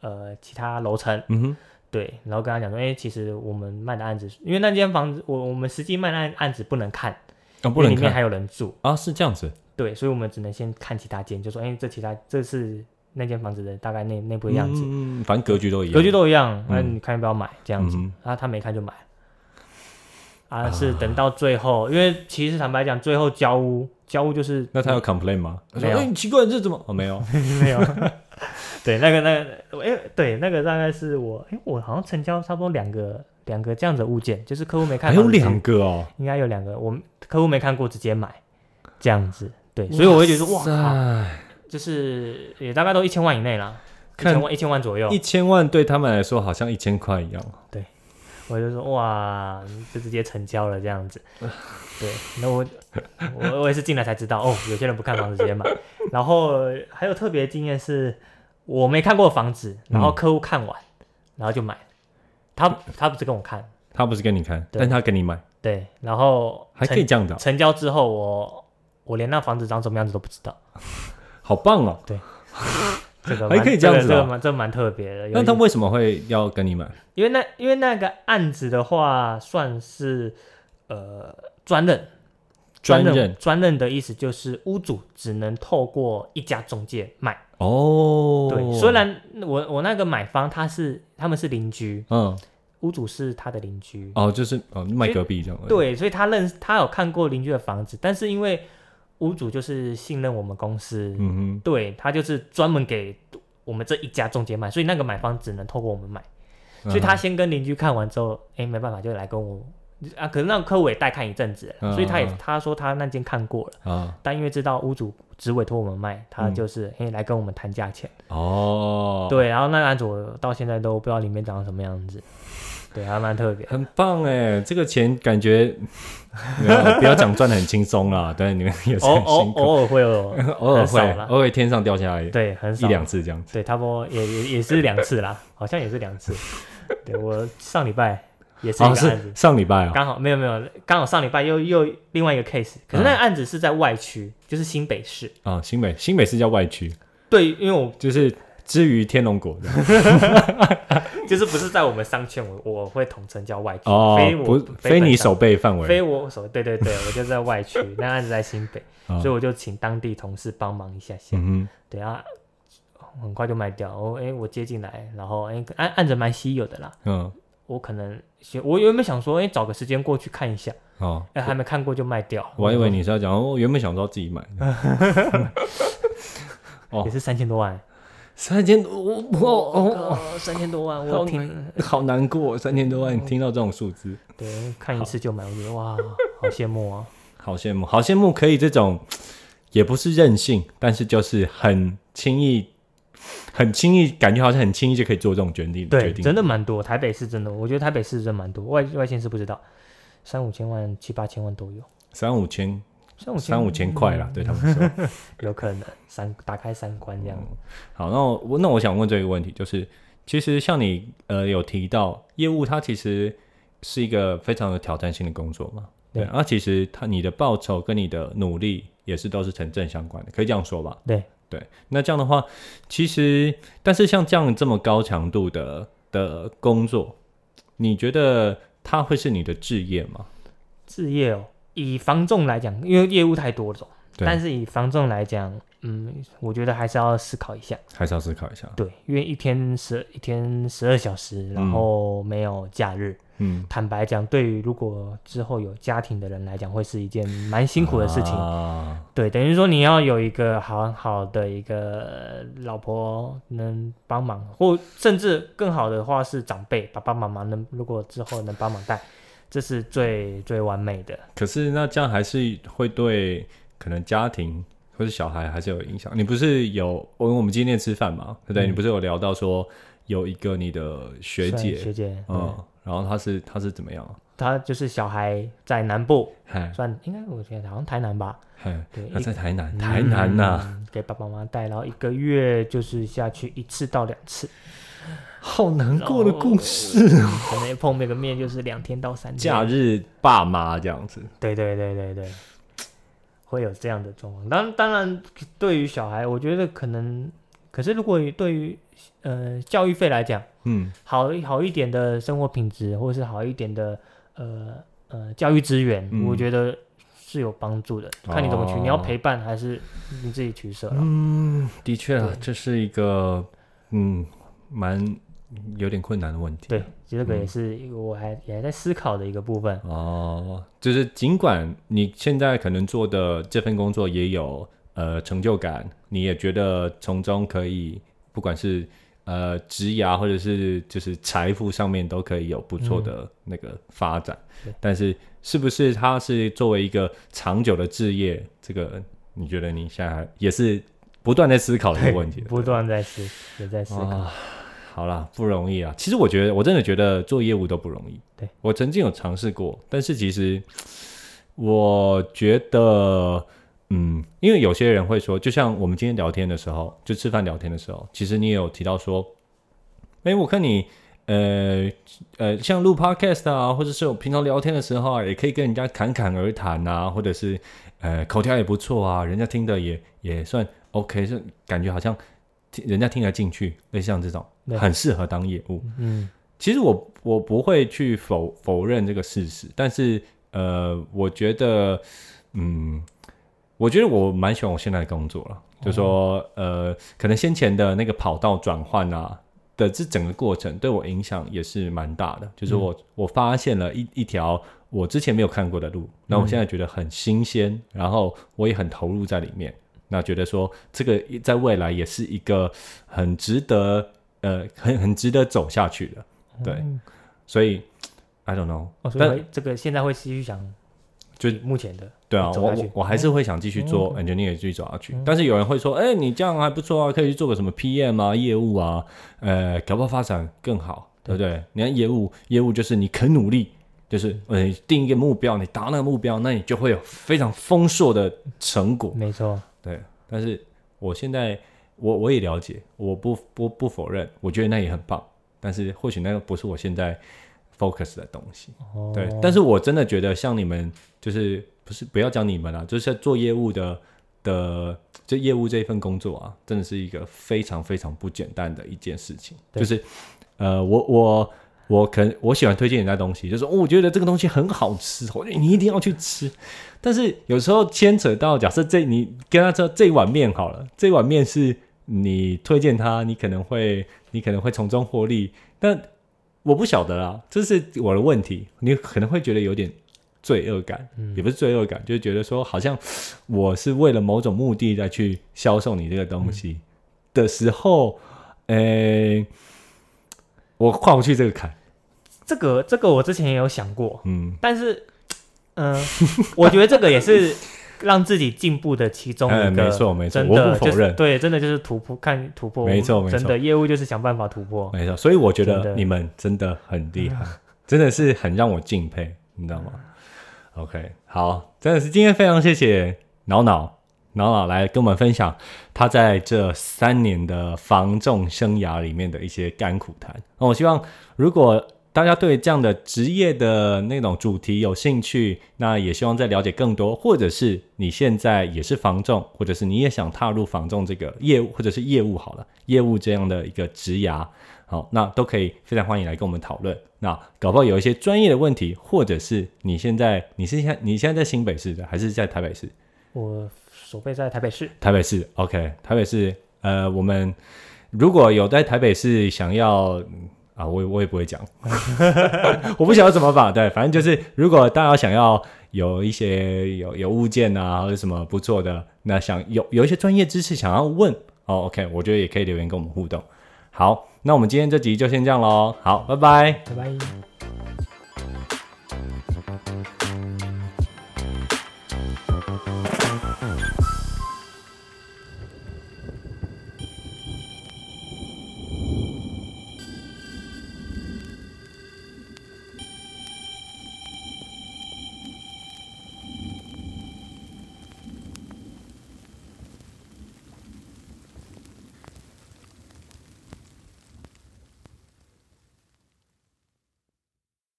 Speaker 2: 呃其他楼层，
Speaker 1: 嗯哼，
Speaker 2: 对，然后跟他讲说，哎、其实我们卖的案子，因为那间房子，我我们实际卖的案案子不能看，
Speaker 1: 啊，
Speaker 2: 因
Speaker 1: 不
Speaker 2: 为
Speaker 1: 能
Speaker 2: 里面
Speaker 1: 看
Speaker 2: 还有人住，
Speaker 1: 啊，是这样子，
Speaker 2: 对，所以我们只能先看其他间，就说，哎、这其他这是那间房子的大概内内部的样子，
Speaker 1: 嗯，反正格局都一样，
Speaker 2: 格局都一样，那、
Speaker 1: 嗯
Speaker 2: 你看要不要买这
Speaker 1: 这
Speaker 2: 样子？
Speaker 1: 嗯
Speaker 2: 啊，他没看就买了。啊，是等到最后，因为其实坦白讲，最后交屋交屋就是
Speaker 1: 哼、那他有 complain 吗？他说
Speaker 2: 没有
Speaker 1: 哎，你奇怪，这怎么？哦，没有，
Speaker 2: 没有。 对，那个那个，哎、对，那个大概是我，哎、我好像成交差不多两个两个这样子的物件，就是客户没看，
Speaker 1: 还有两，个哦，
Speaker 2: 应该有两个，我们客户没看过直接买这样子，对，所以我会觉得哇靠，
Speaker 1: 塞
Speaker 2: 就是也大概都一千万以内啦，一
Speaker 1: 看
Speaker 2: 千万一千万左右
Speaker 1: 一，千万对他们来说好像一千块一样。
Speaker 2: 我就说哇，就直接成交了这样 子，对，那我我我也是进来才知道哦，有些人不看房子直接 买，然后还有特别经验是，我没看过房子，然后
Speaker 1: 嗯
Speaker 2: 客户看完，然后就买，他他不是跟我看，
Speaker 1: 他不是跟你看，
Speaker 2: 对
Speaker 1: 但他跟你买，
Speaker 2: 对，然后
Speaker 1: 还可以
Speaker 2: 成
Speaker 1: 这样的哦、
Speaker 2: 成交之后我我连那房子长什么样子都不知道，
Speaker 1: 好棒哦！
Speaker 2: 这个
Speaker 1: 还
Speaker 2: 蛮
Speaker 1: 可以这样子
Speaker 2: 这个
Speaker 1: 啊
Speaker 2: 蛮这个蛮特别的，有
Speaker 1: 那
Speaker 2: 一
Speaker 1: 他为什么会要跟你买？
Speaker 2: 因为那因为那个案子的话算是呃专任。
Speaker 1: 专
Speaker 2: 任
Speaker 1: 任
Speaker 2: 专任的意思就是屋主只能透过一家中介卖。
Speaker 1: 哦，
Speaker 2: 对，虽然我我那个买方他是他们是邻居，
Speaker 1: 嗯
Speaker 2: 屋主是他的邻居。
Speaker 1: 哦，就是哦卖隔壁这样而已，
Speaker 2: 对，所以他认他有看过邻居的房子，但是因为屋主就是信任我们公司，
Speaker 1: 嗯
Speaker 2: 对他就是专门给我们这一家中介卖，所以那个买方只能透过我们买。
Speaker 1: 哼，
Speaker 2: 所以他先跟邻居看完之后，哎、没办法，就来跟我啊。可是那个客户也带看一阵子了，所以他
Speaker 1: 嗯
Speaker 2: 也
Speaker 1: 嗯嗯
Speaker 2: 他说他那间看过了。
Speaker 1: 嗯啊
Speaker 2: 但因为知道屋主只委托我们卖，他
Speaker 1: 嗯
Speaker 2: 就是哎、诶来跟我们谈价钱。
Speaker 1: 哦，，
Speaker 2: 对，然后那个案子我到现在都不知道里面长什么样子，对，还蛮 特别。
Speaker 1: 很棒哎，这个钱感觉没有不要讲赚的很轻松啦，但你们也是
Speaker 2: 偶
Speaker 1: 很
Speaker 2: 偶
Speaker 1: 辛苦，
Speaker 2: 偶尔会 有，
Speaker 1: 偶尔
Speaker 2: 哦很少
Speaker 1: 会
Speaker 2: 啦
Speaker 1: 偶尔天上掉下来
Speaker 2: 对，很
Speaker 1: 一
Speaker 2: 少，
Speaker 1: 两次这样子，
Speaker 2: 对，差不多也也也是两次啦，好像也是两次。对我上礼拜也是一
Speaker 1: 哦
Speaker 2: 个案子
Speaker 1: 是，上礼拜啊，
Speaker 2: 刚好没有没有，刚好上礼拜又又另外一个 case，
Speaker 1: 嗯
Speaker 2: 可是那个案子是在外区，就是新北市。
Speaker 1: 啊新北新北是叫外区，
Speaker 2: 对，因为我
Speaker 1: 就是之于天龙 国的。
Speaker 2: 就是不是在我们商圈，我我会统称叫外区，
Speaker 1: 哦
Speaker 2: 非，我
Speaker 1: 不，非
Speaker 2: 本
Speaker 1: 你
Speaker 2: 商
Speaker 1: 手背范围
Speaker 2: 非我所对对对，我就在外 区，那案子在新北，
Speaker 1: 啊
Speaker 2: 所以我就请当地同事帮忙一下下，
Speaker 1: 嗯
Speaker 2: 对啊，很快就卖掉。我、哦、哎，我接进来，然后哎案案子蛮稀有的啦，
Speaker 1: 哼嗯，
Speaker 2: 我可能先我原本想说，哎找个时间过去看一下，
Speaker 1: 哦，
Speaker 2: 哎还没看过就卖掉，
Speaker 1: 我还以为你是要讲，哦我原本想说自己买
Speaker 2: 嗯
Speaker 1: 的，哦
Speaker 2: 也是三千多万，
Speaker 1: 三千，我我
Speaker 2: 哦，三千多万，
Speaker 1: 好
Speaker 2: 我听
Speaker 1: 我好难过，三千多万，听到这种数字，
Speaker 2: 对看一次就买，我觉得 哇，好羡慕啊，
Speaker 1: 好羡慕，好羡慕，可以这种，也不是任性，但是就是很轻易，很轻易，感觉好像很轻易就可以做这种决定，决
Speaker 2: 对，
Speaker 1: 定，
Speaker 2: 真的蛮多，台北市真的，我觉得台北市真的蛮多，外外县市不知道。三五千万、七八千万都有，
Speaker 1: 三五千，
Speaker 2: 三五千
Speaker 1: 三五千块
Speaker 2: 嗯
Speaker 1: 啦，对他们说。
Speaker 2: 有可能三打开三观这样。
Speaker 1: 嗯好，那我那我想问这个问题，就是其实像你呃有提到业务，它其实是一个非常有挑战性的工作嘛，对，啊
Speaker 2: 对
Speaker 1: 那、其实它你的报酬跟你的努力也是都是成正相关的，可以这样说吧？
Speaker 2: 对
Speaker 1: 对，那这样的话，其实但是像这样这么高强度的的工作，你觉得它会是你的置业吗？
Speaker 2: 置业哦，以房仲来讲，因为业务太多种，
Speaker 1: 对
Speaker 2: 但是以房仲来讲，嗯，我觉得还是要思考一下。
Speaker 1: 还是要思考一下。
Speaker 2: 对，因为一天十一天十二小时，然
Speaker 1: 嗯
Speaker 2: 后没有假日，
Speaker 1: 嗯，
Speaker 2: 坦白讲，对于如果之后有家庭的人来讲，会是一件蛮辛苦的事情。
Speaker 1: 啊、
Speaker 2: 对，等于说你要有一个好好的一个呃老婆能帮忙，或甚至更好的话是长辈爸爸妈妈能，如果之后能帮忙带，这是最最完美的。
Speaker 1: 可是那这样还是会对可能家庭或是小孩还是有影响。你不是有我我们今天吃饭嘛，对不对？
Speaker 2: 嗯
Speaker 1: 你不是有聊到说有一个你的学
Speaker 2: 算
Speaker 1: 姐，
Speaker 2: 学姐，嗯，
Speaker 1: 嗯，然后她是她是怎么样？
Speaker 2: 她就是小孩在南部，
Speaker 1: 嗨
Speaker 2: 算应该我觉得好像台南吧，
Speaker 1: 嗨，
Speaker 2: 对，
Speaker 1: 她
Speaker 2: 一
Speaker 1: 在台南，台南啊呐、
Speaker 2: 嗯给爸爸妈妈带，然后一个月就是下去一次到两次，
Speaker 1: 好难过的故事。
Speaker 2: 可能碰面个面就是两天到三天。
Speaker 1: 假日爸妈这样子，
Speaker 2: 对对对对对，会有这样的状况。当当然，对于小孩，我觉得可能，可是如果对于呃教育费来讲，
Speaker 1: 嗯
Speaker 2: 好好一点的生活品质，或是好一点的呃呃教育资源，
Speaker 1: 嗯
Speaker 2: 我觉得是有帮助的。看你怎么取，你要
Speaker 1: 哦
Speaker 2: 陪伴还是你自己取舍了。
Speaker 1: 嗯，的确啊
Speaker 2: 啊对，
Speaker 1: 这是一个嗯蛮有点困难的问题。
Speaker 2: 对，其实这个也
Speaker 1: 嗯
Speaker 2: 是一个我还也还在思考的一个部分。
Speaker 1: 哦，就是尽管你现在可能做的这份工作也有呃成就感，你也觉得从中可以，不管是呃职涯或者是就是财富上面都可以有不错的那个发展，
Speaker 2: 嗯对
Speaker 1: 但是是不是它是作为一个长久的置业，这个你觉得你现在还也是不断在思考这
Speaker 2: 对
Speaker 1: 个问题的，
Speaker 2: 不断在思，也在思考。
Speaker 1: 啊，好啦，不容易啊。其实我觉得，我真的觉得做业务都不容易。
Speaker 2: 对
Speaker 1: 我曾经有尝试过，但是其实我觉得，嗯，因为有些人会说，就像我们今天聊天的时候，就吃饭聊天的时候，其实你也有提到说，哎、我看你。呃呃，像录 podcast 啊，或者是我平常聊天的时候啊，也可以跟人家侃侃而谈啊，或者是呃口条也不错啊，人家听的也也算 OK，是感觉好像听人家听得进去，类似像这种
Speaker 2: 对
Speaker 1: 很适合当业务。
Speaker 2: 嗯，
Speaker 1: 其实我我不会去否否认这个事实，但是呃，我觉得，嗯，我觉得我蛮喜欢我现在的工作了，就说呃，可能先前的那个跑道转换啊的这整个过程对我影响也是蛮大的，就是我、我发现了一一条我之前没有看过的路，那我现在觉得很新鲜，然后我也很投入在里面。那觉得说这个在未来也是一个很值得呃很很值得走下去的，对
Speaker 2: 嗯
Speaker 1: 所以 I don't know，
Speaker 2: 哦，所以
Speaker 1: 但
Speaker 2: 会这个现在会继续想，
Speaker 1: 就
Speaker 2: 目前的
Speaker 1: 对啊，
Speaker 2: 走
Speaker 1: 我我
Speaker 2: 下去嗯
Speaker 1: 我还是会想继续做 engineer 继续走下去。但是有人会说，哎、你这样还不错啊，可以去做个什么 PM 啊、业务啊，呃，搞不好发展更好，对不对？你看业务，业务就是你肯努力，就是呃定一个目标，你达到那个目标，那你就会有非常丰硕的成果。
Speaker 2: 没错，
Speaker 1: 对，但是我现在我我也了解，我不不不否认，我觉得那也很棒，但是或许那个不是我现在 focus 的东西。
Speaker 2: 哦，
Speaker 1: 对，但是我真的觉得像你们，就是不是不要讲你们啊，就是在做业务的的这业务这一份工作啊，真的是一个非常非常不简单的一件事情。
Speaker 2: 对
Speaker 1: 就是呃，我我我可能我喜欢推荐人家东西，就是、哦、我觉得这个东西很好吃，我觉得你一定要去吃。但是有时候牵扯到，假设这你跟他说这一碗面好了，这一碗面是你推荐他，你可能会你可能会从中获利，但我不晓得啦，这是我的问题。你可能会觉得有点罪恶感，
Speaker 2: 嗯
Speaker 1: 也不是罪恶感，就是觉得说好像 我是为了某种目的在去销售你这个东
Speaker 2: 嗯
Speaker 1: 西、的时候，呃、我跨不去这个坎。
Speaker 2: 这个这个我之前也有想过，
Speaker 1: 嗯，
Speaker 2: 但是，嗯、 我觉得这个也是让自己进步的其中
Speaker 1: 哎
Speaker 2: 一个，
Speaker 1: 没错没错
Speaker 2: 真
Speaker 1: 我
Speaker 2: 的
Speaker 1: 不否
Speaker 2: 就是
Speaker 1: 认
Speaker 2: 对，真的就是突破，看突破，
Speaker 1: 没错没错
Speaker 2: 真的业务就是想办法突破，
Speaker 1: 没错，所以我觉
Speaker 2: 真
Speaker 1: 得
Speaker 2: 的
Speaker 1: 你们真的很厉害，真的是很让我敬佩，你知道吗？ OK，好，真的是今天非常谢谢挠挠挠挠来跟我们分享他在这三年的防重生涯里面的一些甘苦谈。那、我希望如果大家对这样的职业的那种主题有兴趣，那也希望再了解更多，或者是你现在也是防重，或者是你也想踏入防重这个业务，或者是业务好了，业务这样的一个职涯，好，那都可以非常欢迎来跟我们讨论。那搞不好有一些专业的问题，或者是你现在你是现在你现在在新北市的，还是在台北市？
Speaker 2: 我手背在台北市，
Speaker 1: 台北市，OK，台北市，呃，我们如果有在台北市想要嗯啊，我也我也不会讲， 我不晓得怎么法，对，反正就是如果大家想要有一些有有物件啊，或者什么不错的，那想有有一些专业知识想要问哦，OK，我觉得也可以留言跟我们互动。好，那我们今天这集就先这样喽，好，拜拜。
Speaker 2: 拜拜。